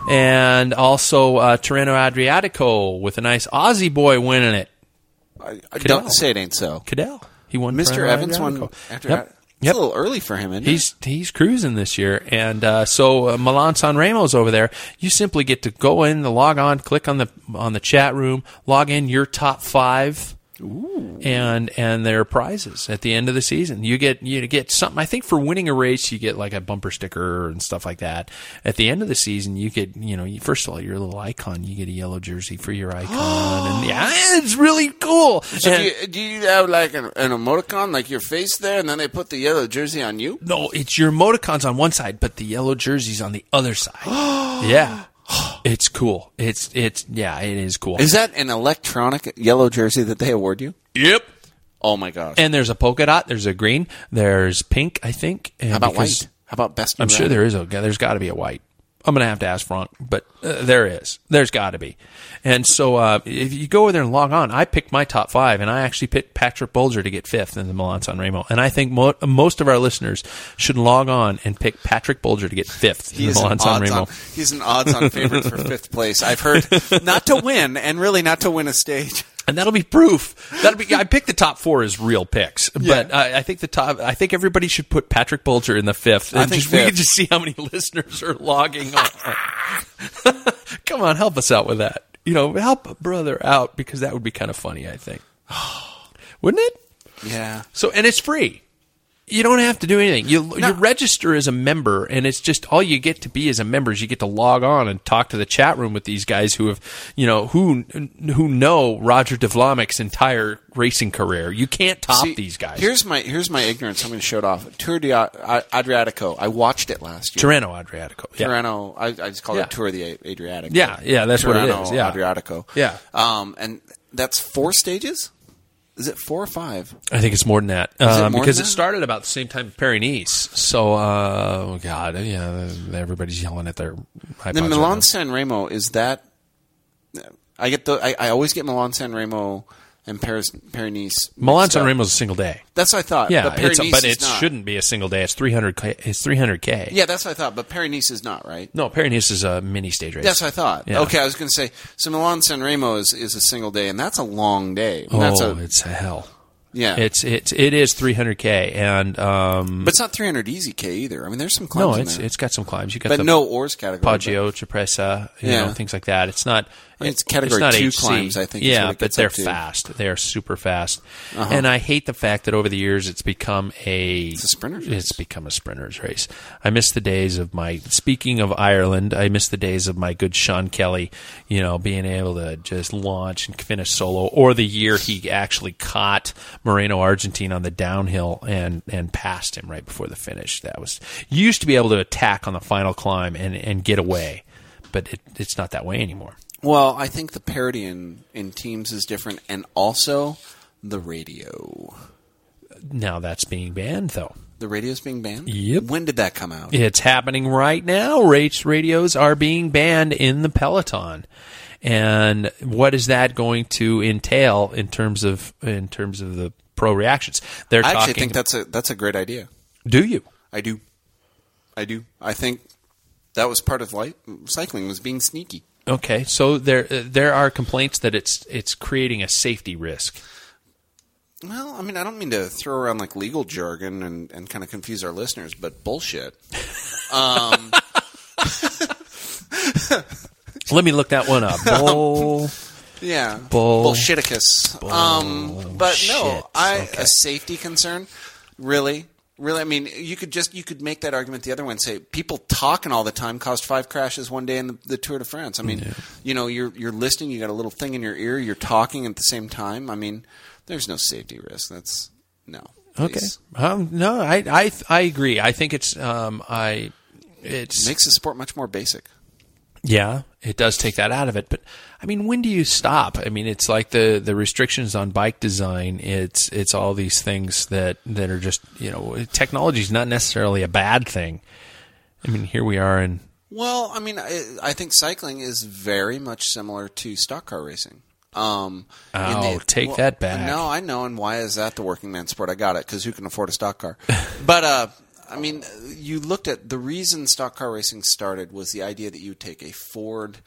And also uh, Torino Adriatico with a nice Aussie boy winning it.
I, I don't
Cadell.
say it ain't so.
Cadell. He won
Mr.
Torino
Evans won
Adriatico.
after
Yep.
that. It's
Yep.
a little early for him, isn't it?
He's he's cruising this year, and uh, so uh, Milan San Remo's over there. You simply get to go in, log on, click on the on the chat room, log in your top five, and and their prizes at the end of the season. You get you get something. I think for winning a race, you get like a bumper sticker and stuff like that. At the end of the season, you get you know you, first of all your little icon. You get a yellow jersey for your icon, and yeah, it's really cool.
So
And-
do, you, do you have like an, an emoticon, like your face there, and then they put the yellow jersey on you?
No, it's your emoticons on one side, but the yellow jerseys on the other side. yeah. It's cool. It's it's yeah, it is cool.
Is that an electronic yellow jersey that they award you?
yep.
Oh my gosh!
And there's a polka dot, there's a green, there's pink, I think. And
How about
because-
white? How about best?
I'm
new
sure
red?
there is a there's got to be a white. I'm going to have to ask Frank, but uh, there is. There's got to be. And so uh, if you go over there and log on, I picked my top five, and I actually picked Patrick Bulger to get fifth in the Milan San Remo. And I think mo- most of our listeners should log on and pick Patrick Bulger to get fifth in
He
the
is an
Milan San
odds
Remo.
on, he's an odds on favorite for fifth place. I've heard not to win, and really not to win a stage.
and that'll be proof. That'll be. I picked the top four as real picks, but uh, I, I think the top. I think everybody should put Patrick Bulger in the fifth, and
I think
just, we
fifth.
can just see how many listeners are logging on. Come on, help us out with that. You know, help a brother out because that would be kind of funny. I think, wouldn't it?
Yeah,
So, and it's free. You don't have to do anything. You you
No.
register as a member, and it's just all you get to be as a member is you get to log on and talk to the chat room with these guys who have, you know, who who know Roger Devlamic's entire racing career. You can't top
See,
these guys.
Here's my here's my ignorance. I'm going to show it off. Tour de Ad- Adriatico. I watched it last year.
Tirreno Adriatico. Yeah.
Toronto. I, I just call
Yeah.
it Tour of the Ad- Adriatico.
Yeah, yeah, that's what it
Toronto,
is, yeah.
Adriatico.
Yeah.
Um, and that's four stages. Is it four or five?
I think it's more than that
it
um,
more
because
than
it
that?
started about the same time as Paris-Nice. So, uh, oh God, yeah, everybody's yelling at their. iPods
The
right
Milan
now.
San Remo is that? I get the. I, I always get Milan San Remo and Paris Pyrenees.
Milan
mixed
San
up.
Remo's a single day.
That's what I thought.
Yeah,
but,
it's a-
Pyrenees
but
is
it
not.
shouldn't be a single day. It's 300K. It's 300K.
Yeah, that's what I thought. But Pyrenees is not right.
No, Pyrenees is a mini stage race.
That's what I thought.
Yeah.
Okay, I was going to say so. Milan San Remo is, is a single day, and that's a long day.
Oh,
that's a,
it's a hell.
yeah.
It's it's it is 300K and um
but it's not 300 easy K either. I mean, there's some climbs.
no,
in
it's
there.
it's got some climbs. You got
but
the
no oars category. but-
Poggio, Cipressa, you
Yeah.
know, things like that. It's not.
I mean, it's
it-
category
not
two
HC.
climbs, I think, is
Yeah,
what it
but
gets
they're
up to. Uh-huh.
fast. They are super fast, and I hate the fact that over the years it's become a
It's a sprinter's
It's
race.
become a sprinter's race. I miss the days of my. Speaking of Ireland, I miss the days of my good Sean Kelly. You know, being able to just launch and finish solo, or the year he actually caught Moreno Argentine on the downhill and and passed him right before the finish. That was you used to be able to attack on the final climb and and get away, but it, it's not that way anymore.
Well, I think the parity in, in teams is different, and also the radio.
Now that's being banned though.
The radio's being banned.
Yep.
When did that come out?
It's happening right now. Race radios are being banned in the Peloton. And what is that going to entail in terms of in terms of the pro reactions? They're
I actually
talking
think that's a that's a great idea.
Do you?
I do, I do. I think that was part of life. Cycling was being sneaky.
Okay, so there uh, there are complaints that it's it's creating a safety risk.
Well, I mean, I don't mean to throw around like legal jargon and, and kind of confuse our listeners, but bullshit. Um,
Let me look that one up. Bull.
Yeah,
Bull-
bullshiticus. Um, but
Bullshit.
no, I
Okay.
a safety concern. Really, really. I mean, you could just you could make that argument the other way and say people talking all the time caused five crashes one day in the, the Tour de France. I mean, you know, you're you're listening, you got a little thing in your ear, you're talking at the same time. I mean, there's no safety risk. That's no.
Okay.
Please.
Um, no, I, I I agree. I think it's um I it's
makes the sport much more basic.
yeah it does take that out of it. But I mean, when do you stop? I mean, it's like the the restrictions on bike design. It's it's all these things that that are just you know technology is not necessarily a bad thing. I mean, here we are in
Well, I mean, I, I think cycling is very much similar to stock car racing. Um, in
Oh, take that back.
No, I know, and why is that the working man sport? I got it because who can afford a stock car? but uh, I mean, you looked at the reason stock car racing started was the idea that you take a Ford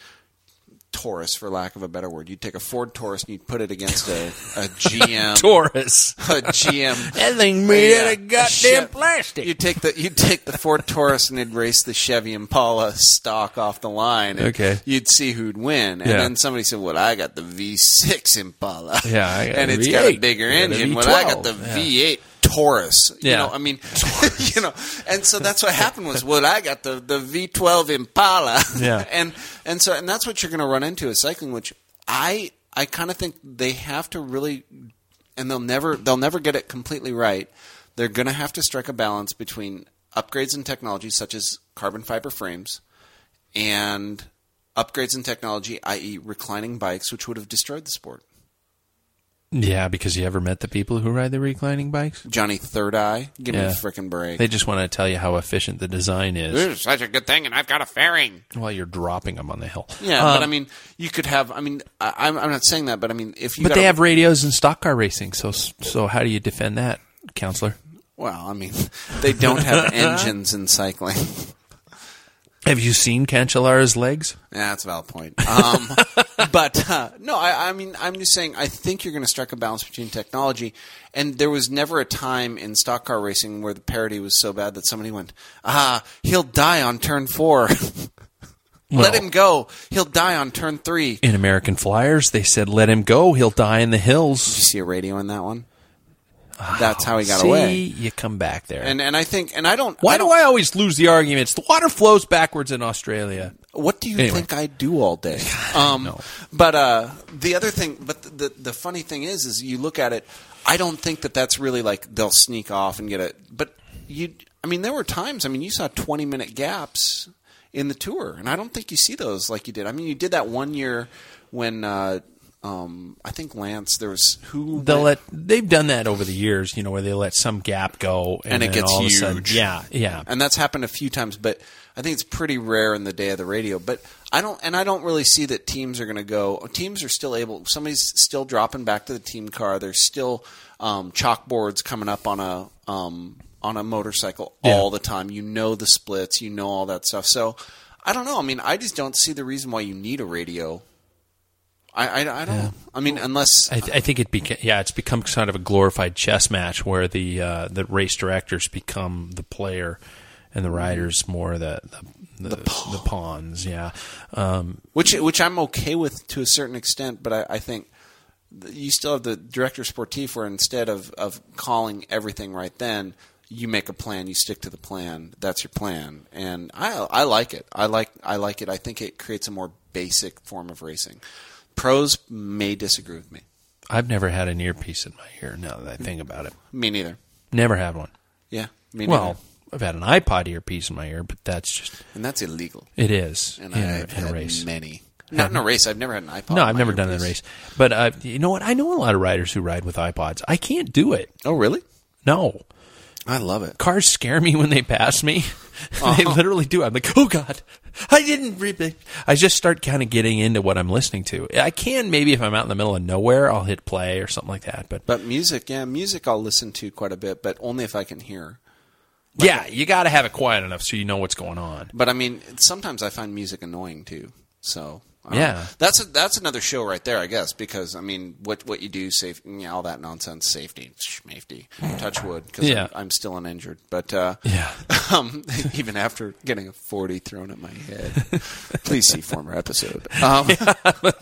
Taurus, for lack of a better word, you'd take a Ford Taurus and you'd put it against a, a GM
Taurus.
a GM.
That thing made
Yeah.
out of goddamn
Chev-
plastic.
You take the you take the Ford Taurus and it'd race the Chevy Impala stock off the line. And
Okay.
you'd see who'd win. And
Yeah.
then somebody said, "Well, I got the V6 Impala.
Yeah, I got
and
a
it's got a
V8.
bigger
I got a
engine.
V12.
Well, I got the
Yeah.
V8 Taurus. You
Yeah.
know, I mean, you know, and so that's what happened was, well, I got the the V12 Impala.
Yeah.
and and so and that's what you're going to run into is cycling, which I I kind of think they have to really and they'll never they'll never get it completely right. They're going to have to strike a balance between upgrades in technology such as carbon fiber frames and upgrades in technology, i.e., reclining bikes, which would have destroyed the sport.
yeah because you ever met the people who ride the reclining bikes?
Johnny Third Eye, give me
Yeah.
a freaking break.
They just want to tell you how efficient the design
this
is
is such a good thing, and I've got a fairing.
while you're dropping them on the hill.
Yeah, but I mean, you could have. I mean, I, I'm, I'm not saying that, but I mean, if you
But
got
they
a-
have radios and stock car racing, so so how do you defend that, counselor?
well, I mean, they don't have engines in cycling.
Have you seen Cancellar's legs?
Yeah, that's a valid point. Um, but uh, no, I, I mean, I'm just saying, I think you're going to strike a balance between technology. And there was never a time in stock car racing where the parity was so bad that somebody went, ah, he'll die on turn four. Let him go. He'll die on turn three.
In American Flyers, they said, "Let him go; he'll die in the hills."
See a radio in that one? That's how he got
Ah, See,
away.
you come back there.
And and I think, and I don't.
why
I don't,
do I always lose the arguments? The water flows backwards in Australia.
What do you
Anyway.
think I do all day? Um,
know.
But uh, the other thing, but the, the the funny thing is, is you look at it. I don't think that that's really like they'll sneak off and get it. But you, I mean, there were times. I mean, you saw twenty minute gaps in the tour, and I don't think you see those like you did. I mean, you did that one year when. Uh, Um, I think Lance. There was who
They'll
went-
let they've done that over the years, you know, where they let some gap go
And
then
it gets
all of a sudden-
huge.
yeah, yeah.
and that's happened a few times but i think it's pretty rare in the day of the radio but i don't and i don't really see that teams are going to go teams are still able somebody's still dropping back to the team car there's still um, chalkboards coming up on a um, on a motorcycle all the time you know the splits you know all that stuff so i don't know i mean i just don't see the reason why you need a radio i i, I don't i mean unless
I, I think it beca- yeah, it's become kind of a glorified chess match where the uh, the race directors become the player and the riders more the the, the, the pawns. Yeah, um,
which which I'm okay with to a certain extent, but I, I think th- you still have the director sportif where instead of, of calling everything right then, you make a plan, you stick to the plan. That's your plan, and I I like it. I like I like it. I think it creates a more basic form of racing. Pros may disagree with me.
I've never had an earpiece in my ear. Now that I think about it,
Me neither.
never had one.
Yeah, me
Well,
neither.
I've had an iPod earpiece in my ear, but that's just
And that's illegal.
it is
And
in, a-
I've
in
had
a race.
many. Not in a race. I've never had an iPod.
No,
in
I've
my
never done it in a
earpiece.
race. But uh, you know what? I know a lot of riders who ride with iPods. I can't do it.
Oh, really?
No.
I love it.
Cars scare me when they pass me. they literally do. I'm like, oh God, I didn't read the-" I just start kind of getting into what I'm listening to. I can maybe if I'm out in the middle of nowhere, I'll hit play or something like that. But,
But music, yeah, music I'll listen to quite a bit, but only if I can hear.
yeah, you got to have it quiet enough so you know what's going on.
But I mean, sometimes I find music annoying too. So I don't
Yeah.
know. that's a, that's another show right there, I guess. Because I mean, what what you do, safe, yeah, all that nonsense, safety, safety, touch wood, because
Yeah.
I'm, I'm still an injured. But uh,
Yeah.
um, even after getting a forty thrown at my head, please see former episode. Um,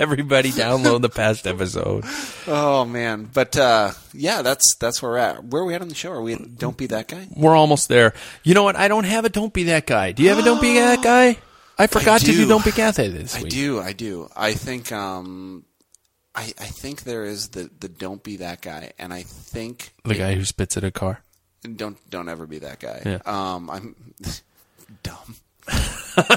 Everybody download the past episode.
Oh man, but uh, yeah, that's that's where we're at. Where are we at on the show? Are we? At, don't be that guy.
We're almost there. You know what? I don't have a don't be that guy. Do you have a don't be that guy? I forgot to do
do.
don't be that guy this
I
week.
do, I do. I think um I I think there is the the don't be that guy and I think
The guy who spits at a car.
don't don't ever be that guy.
Yeah.
Um I'm dumb.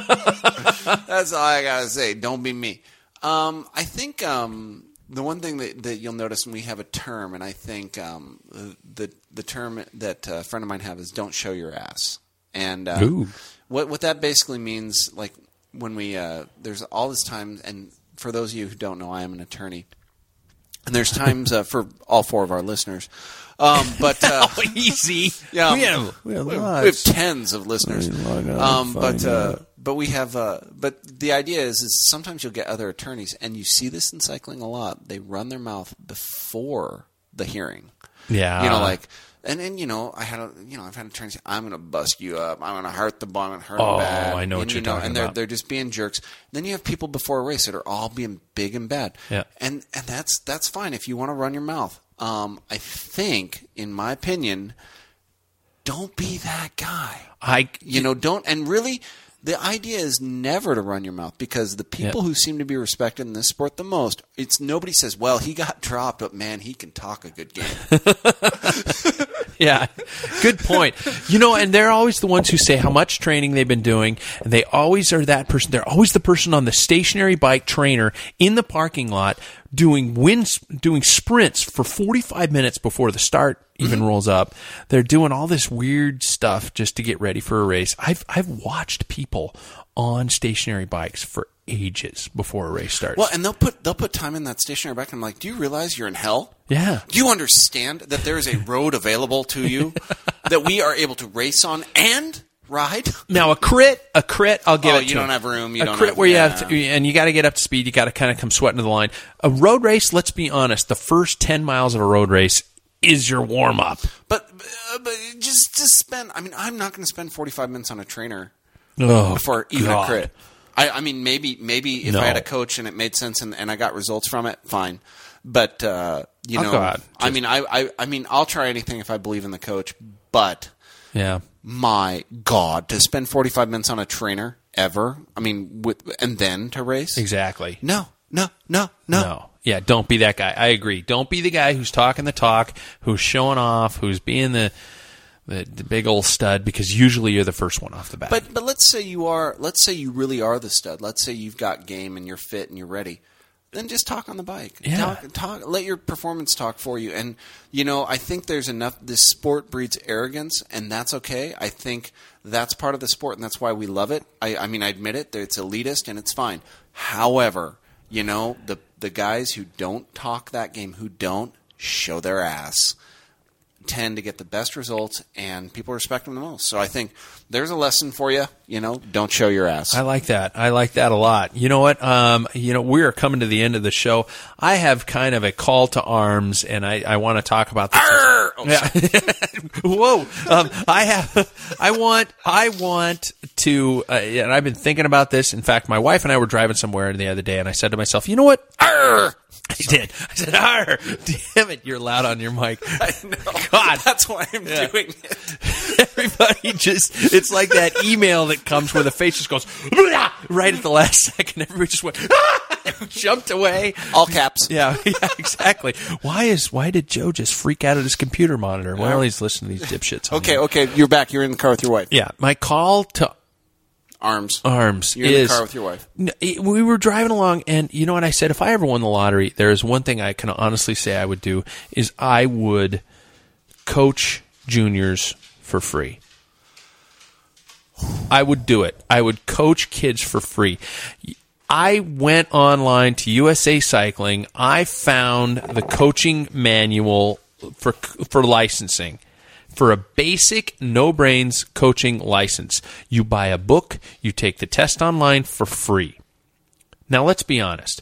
That's all I got to say. Don't be me. Um I think um the one thing that, that you'll notice when we have a term and I think um the the term that a friend of mine have is don't show your ass. And uh,
Ooh.
what what that basically means, like when we uh, there's all this time, and for those of you who don't know, I am an attorney, and there's times uh, for all four of our listeners, um, but uh,
Easy.
yeah,
We have- we have lives.
tens of listeners, um, but uh, but we have uh, but the idea is is sometimes you'll get other attorneys, and you see this in cycling a lot. They run their mouth before the hearing.
Yeah.
You know, like, and then you know, I had a, you know, I've had attorneys. I'm going to bust you up. I'm going to hurt the bum and hurt
Oh,
him bad.
I know what
and,
you're
you know,
talking
And they're
about.
they're just being jerks. Then you have people before a race that are all being big and bad.
Yeah.
And and that's that's fine if you want to run your mouth. Um, I think, in my opinion, don't be that guy.
I
You know, don't and really. The idea is never to run your mouth because the people
Yeah.
who seem to be respected in this sport the most, it's nobody says, "Well, he got dropped, but man, he can talk a good game."
yeah. Good point. You know, and they're always the ones who say how much training they've been doing, and they always are that person. They're always the person on the stationary bike trainer in the parking lot doing wind, doing sprints for 45 minutes before the start even
Mm-hmm.
rolls up. They're doing all this weird stuff just to get ready for a race. I've I've watched people on stationary bikes for ages before a race starts.
Well, and they'll put they'll put time in that stationary bike. And I'm like, do you realize you're in hell?
Yeah.
Do you understand that there is a road available to you that we are able to race on and ride?
Now a crit, a crit, I'll give
Oh,
it.
you
to
don't
him.
have room, you
a
don't
crit
have-
where you
yeah.
have, to, and you got to get up to speed. You got to kind of come sweating to the line. A road race. Let's be honest. The first ten miles of a road race is your warm up.
But uh, but just just spend. I mean, I'm not going to spend 45 minutes on a trainer
Oh,
for even
God.
a crit. I, I mean, maybe maybe if
No.
I had a coach and it made sense and, and I got results from it, fine. But uh, you
Oh,
know,
God.
I mean, I, I I mean, I'll try anything if I believe in the coach. But
Yeah.
my god to spend 45 minutes on a trainer ever i mean with and then to race
Exactly.
no no no no,
No. Yeah, don't be that guy. I agree. Don't be the guy who's talking the talk, who's showing off, who's being the the, the big old stud because usually you're the first one off the bat.
but but let's say you are let's say you really are the stud let's say you've got game and you're fit and you're ready then just talk on the bike.
Yeah.
Talk, talk, let your performance talk for you. And, you know, I think there's enough, this sport breeds arrogance, and that's okay. I think that's part of the sport, and that's why we love it. I, I mean, I admit it, that it's elitist, and it's fine. However, you know, the, the guys who don't talk that game, who don't show their ass, tend to get the best results, and people respect them the most. So I think there's a lesson for you. You know, don't show your ass.
I like that. I like that a lot. You know what? Um, you know, we are coming to the end of the show. I have kind of a call to arms, and I, I want to talk about this. Yeah. Whoa. Um, I have. I want. I want to. Uh, and I've been thinking about this. In fact, my wife and I were driving somewhere the other day, and I said to myself, "You know what? Arr! I did. I said, "Arr! Damn it! You're loud on your mic." God,
That's why I'm doing it.
Everybody just, it's like that email that comes where the face just goes "Blah!" right at the last second. Everybody just went, "Ah!" and jumped away.
All caps.
Yeah, yeah, exactly. Why is why did Joe just freak out at his computer monitor? Why don't he's listening to these dipshits? on
Okay,
there?
okay, you're back. You're in the car with your wife.
Yeah, my call to
Arms.
arms
You're in the
Oh, is
car with your wife.
N- it- we were driving along, and you know what I said? If I ever won the lottery, there is one thing I can honestly say I would do is I would coach juniors for free. I would do it. I would coach kids for free. I went online to USA Cycling. I found the coaching manual for for licensing. For a basic no brains coaching license, you buy a book, you take the test online for free. Now, let's be honest.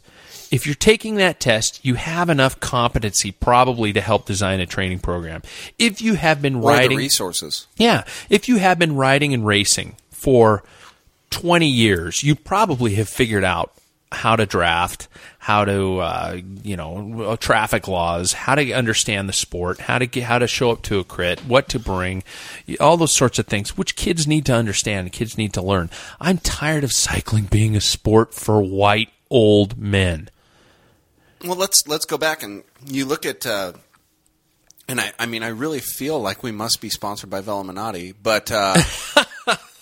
If you're taking that test, you have enough competency probably to help design a training program. If you have been
Or the
writing,
resources.
yeah. If you have been riding and racing for 20 years, you probably have figured out how to draft, how to, uh, you know, uh, traffic laws, how to understand the sport, how to get, how to show up to a crit, what to bring, all those sorts of things, which kids need to understand, kids need to learn. I'm tired of cycling being a sport for white old men.
Well, let's let's go back and you look at, uh, and I, I mean, I really feel like we must be sponsored by Veluminati, but uh,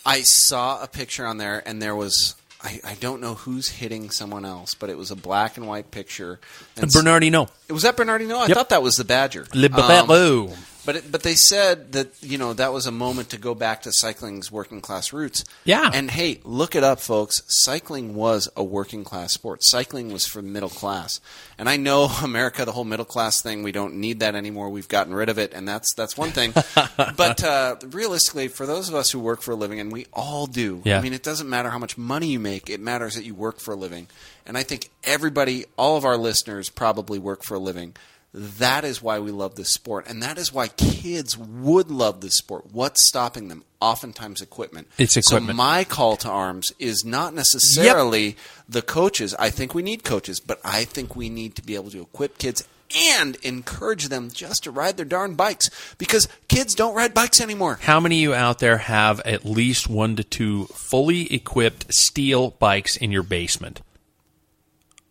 I saw a picture on there, and there was. I, I don't know who's hitting someone else, but it was a black and white picture. And s-
Bernardino.
was that Bernardino? I
Yep.
thought that was the Badger. Um,
Le Babelou.
But it, but they said that you know that was a moment to go back to cycling's working class roots.
Yeah.
And hey, look it up, folks. Cycling was a working class sport. Cycling was for middle class. And I know America, the whole middle class thing, we don't need that anymore. We've gotten rid of it, and that's that's one thing. but uh, realistically, for those of us who work for a living, and we all do.
Yeah.
I mean, it doesn't matter how much money you make. It matters that you work for a living. And I think everybody, all of our listeners, probably work for a living. That is why we love this sport, and that is why kids would love this sport. What's stopping them? Oftentimes, equipment.
It's
So
equipment.
my call to arms is not necessarily the coaches. I think we need coaches, but I think we need to be able to equip kids and encourage them just to ride their darn bikes because kids don't ride bikes anymore.
How many of you out there have at least one to two fully equipped steel bikes in your basement?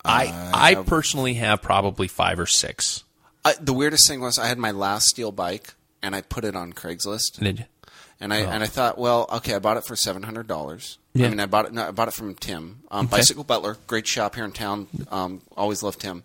I I personally have probably five or six.
I, the weirdest thing was I had my last steel bike and I put it on Craigslist
Did you?
and I and I thought, well, okay, I bought it for seven hundred dollars.
Yeah.
I mean, I bought it. No, I bought it from Tim, um, Bicycle Butler, great shop here in town. Um, always loved Tim.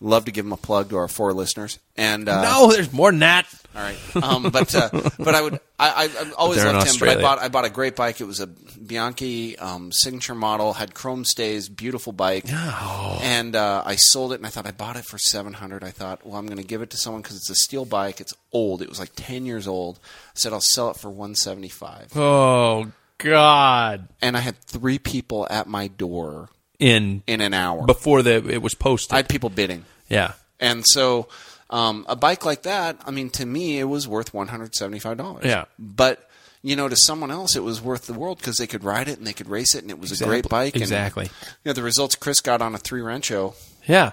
Love to give him a plug to our four listeners. And uh,
no, there's more than that.
all right. Um, but uh, but I would I, I I've always
They're in
loved him. But I
Australia.
bought I bought a great bike. It was a Bianchi um, signature model, had chrome stays, beautiful bike. And uh, I sold it, and I thought I bought it for seven hundred. I thought, well, I'm going to give it to someone because it's a steel bike. It's old. It was like ten years old. I said I'll sell it for one seventy five.
Oh God!
And I had three people at my door
In
in an hour.
before the it was posted.
I had people bidding.
yeah.
And so, um, a bike like that, I mean, to me, it was worth one hundred seventy-five dollars.
Yeah.
but you know, to someone else, it was worth the world because they could ride it and they could race it, and it was a great bike. And,
Exactly.
You know, the results Chris got on a three Rancho.
Yeah.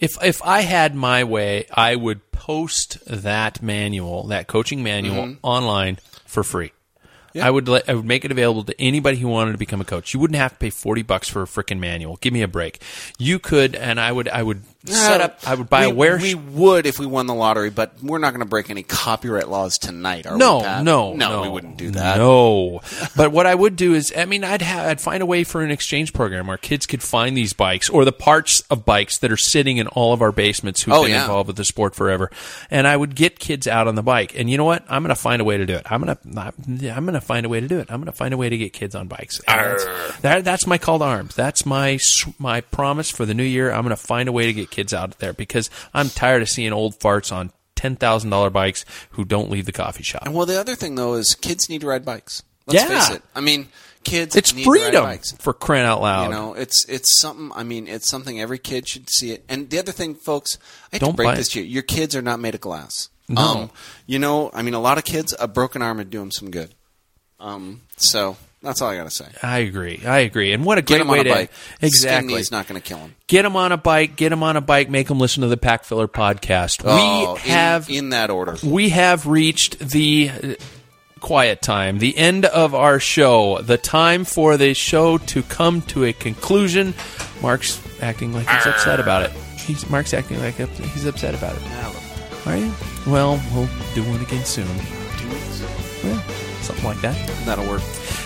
If if I had my way, I would post that manual, that coaching
Mm-hmm.
manual online for free. I would let, I would make it available to anybody who wanted to become a coach. You wouldn't have to pay 40 bucks for a freaking manual. Give me a break. You could and I would I would set up. I would buy
we,
a wear.
We would if we won the lottery, but we're not going to break any copyright laws tonight, are
no,
we? Pat?
no,
no, we wouldn't do that.
No, but what I would do is, I mean, I'd have, I'd find a way for an exchange program where kids could find these bikes or the parts of bikes that are sitting in all of our basements who've
Oh,
been
yeah.
involved with the sport forever, and I would get kids out on the bike. And you know what? I'm going to find a way to do it. I'm going to, I'm going to find a way to do it. I'm going to find a way to get kids on bikes. And That's, that, that's my call to arms. That's my s- my promise for the new year. I'm going to find a way to get kids out there because I'm tired of seeing old farts on. Ten thousand dollar bikes who don't leave the coffee shop.
Well, the other thing though is kids need to ride bikes. Let's
Yeah.
face it. I mean, kids.
It's
need To
freedom
ride bikes.
for crying out loud.
You know, it's it's something. I mean, it's something every kid should see it. And the other thing, folks, I hate
Don't
to break
buy-
this to you. Your kids are not made of glass. Um, you know, I mean, a lot of kids, a broken arm would do them some good. Um, so that's all I gotta say.
I agree. I agree. And what a
Get
great
them
way
on a
to
bike.
exactly
He's not gonna kill them.
get them on a bike. Get them on a bike. Make them listen to the Pack Filler podcast. we have
Oh, in, in that order.
we have reached the uh, quiet time, the end of our show, the time for the show to come to a conclusion. Mark's acting like he's upset about it. He's, Mark's acting like up- he's upset about it. Are you? Well, we'll do one again soon. Yeah, something like that.
That'll work.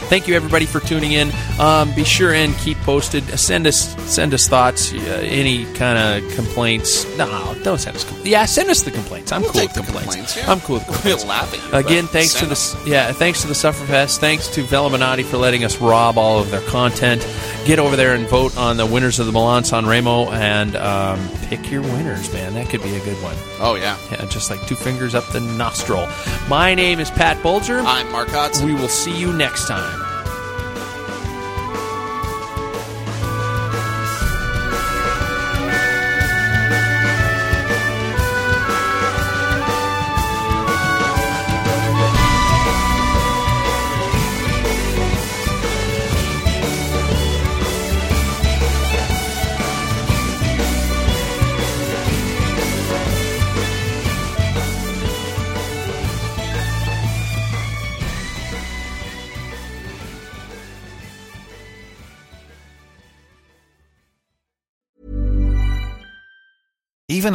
Thank you everybody for tuning in. Um, be sure and keep posted. Send us send us thoughts, uh, any kind of complaints. No, don't send us. compl- yeah, send us the complaints. I'm
We'll
cool
take
with
the
complaints.
complaints, yeah.
I'm cool with complaints.
We'll laugh at you,
Again,
but
thanks to
send
the s- yeah, thanks to the Sufferfest. Thanks to Velominati for letting us rob all of their content. Get over there and vote on the winners of the Milan San Remo and um, pick your winners, man. That could be a good one.
Oh yeah.
Yeah, just like two fingers up the nostril. My name is Pat Bulger.
I'm Mark Hodson.
we will see you next time.
Even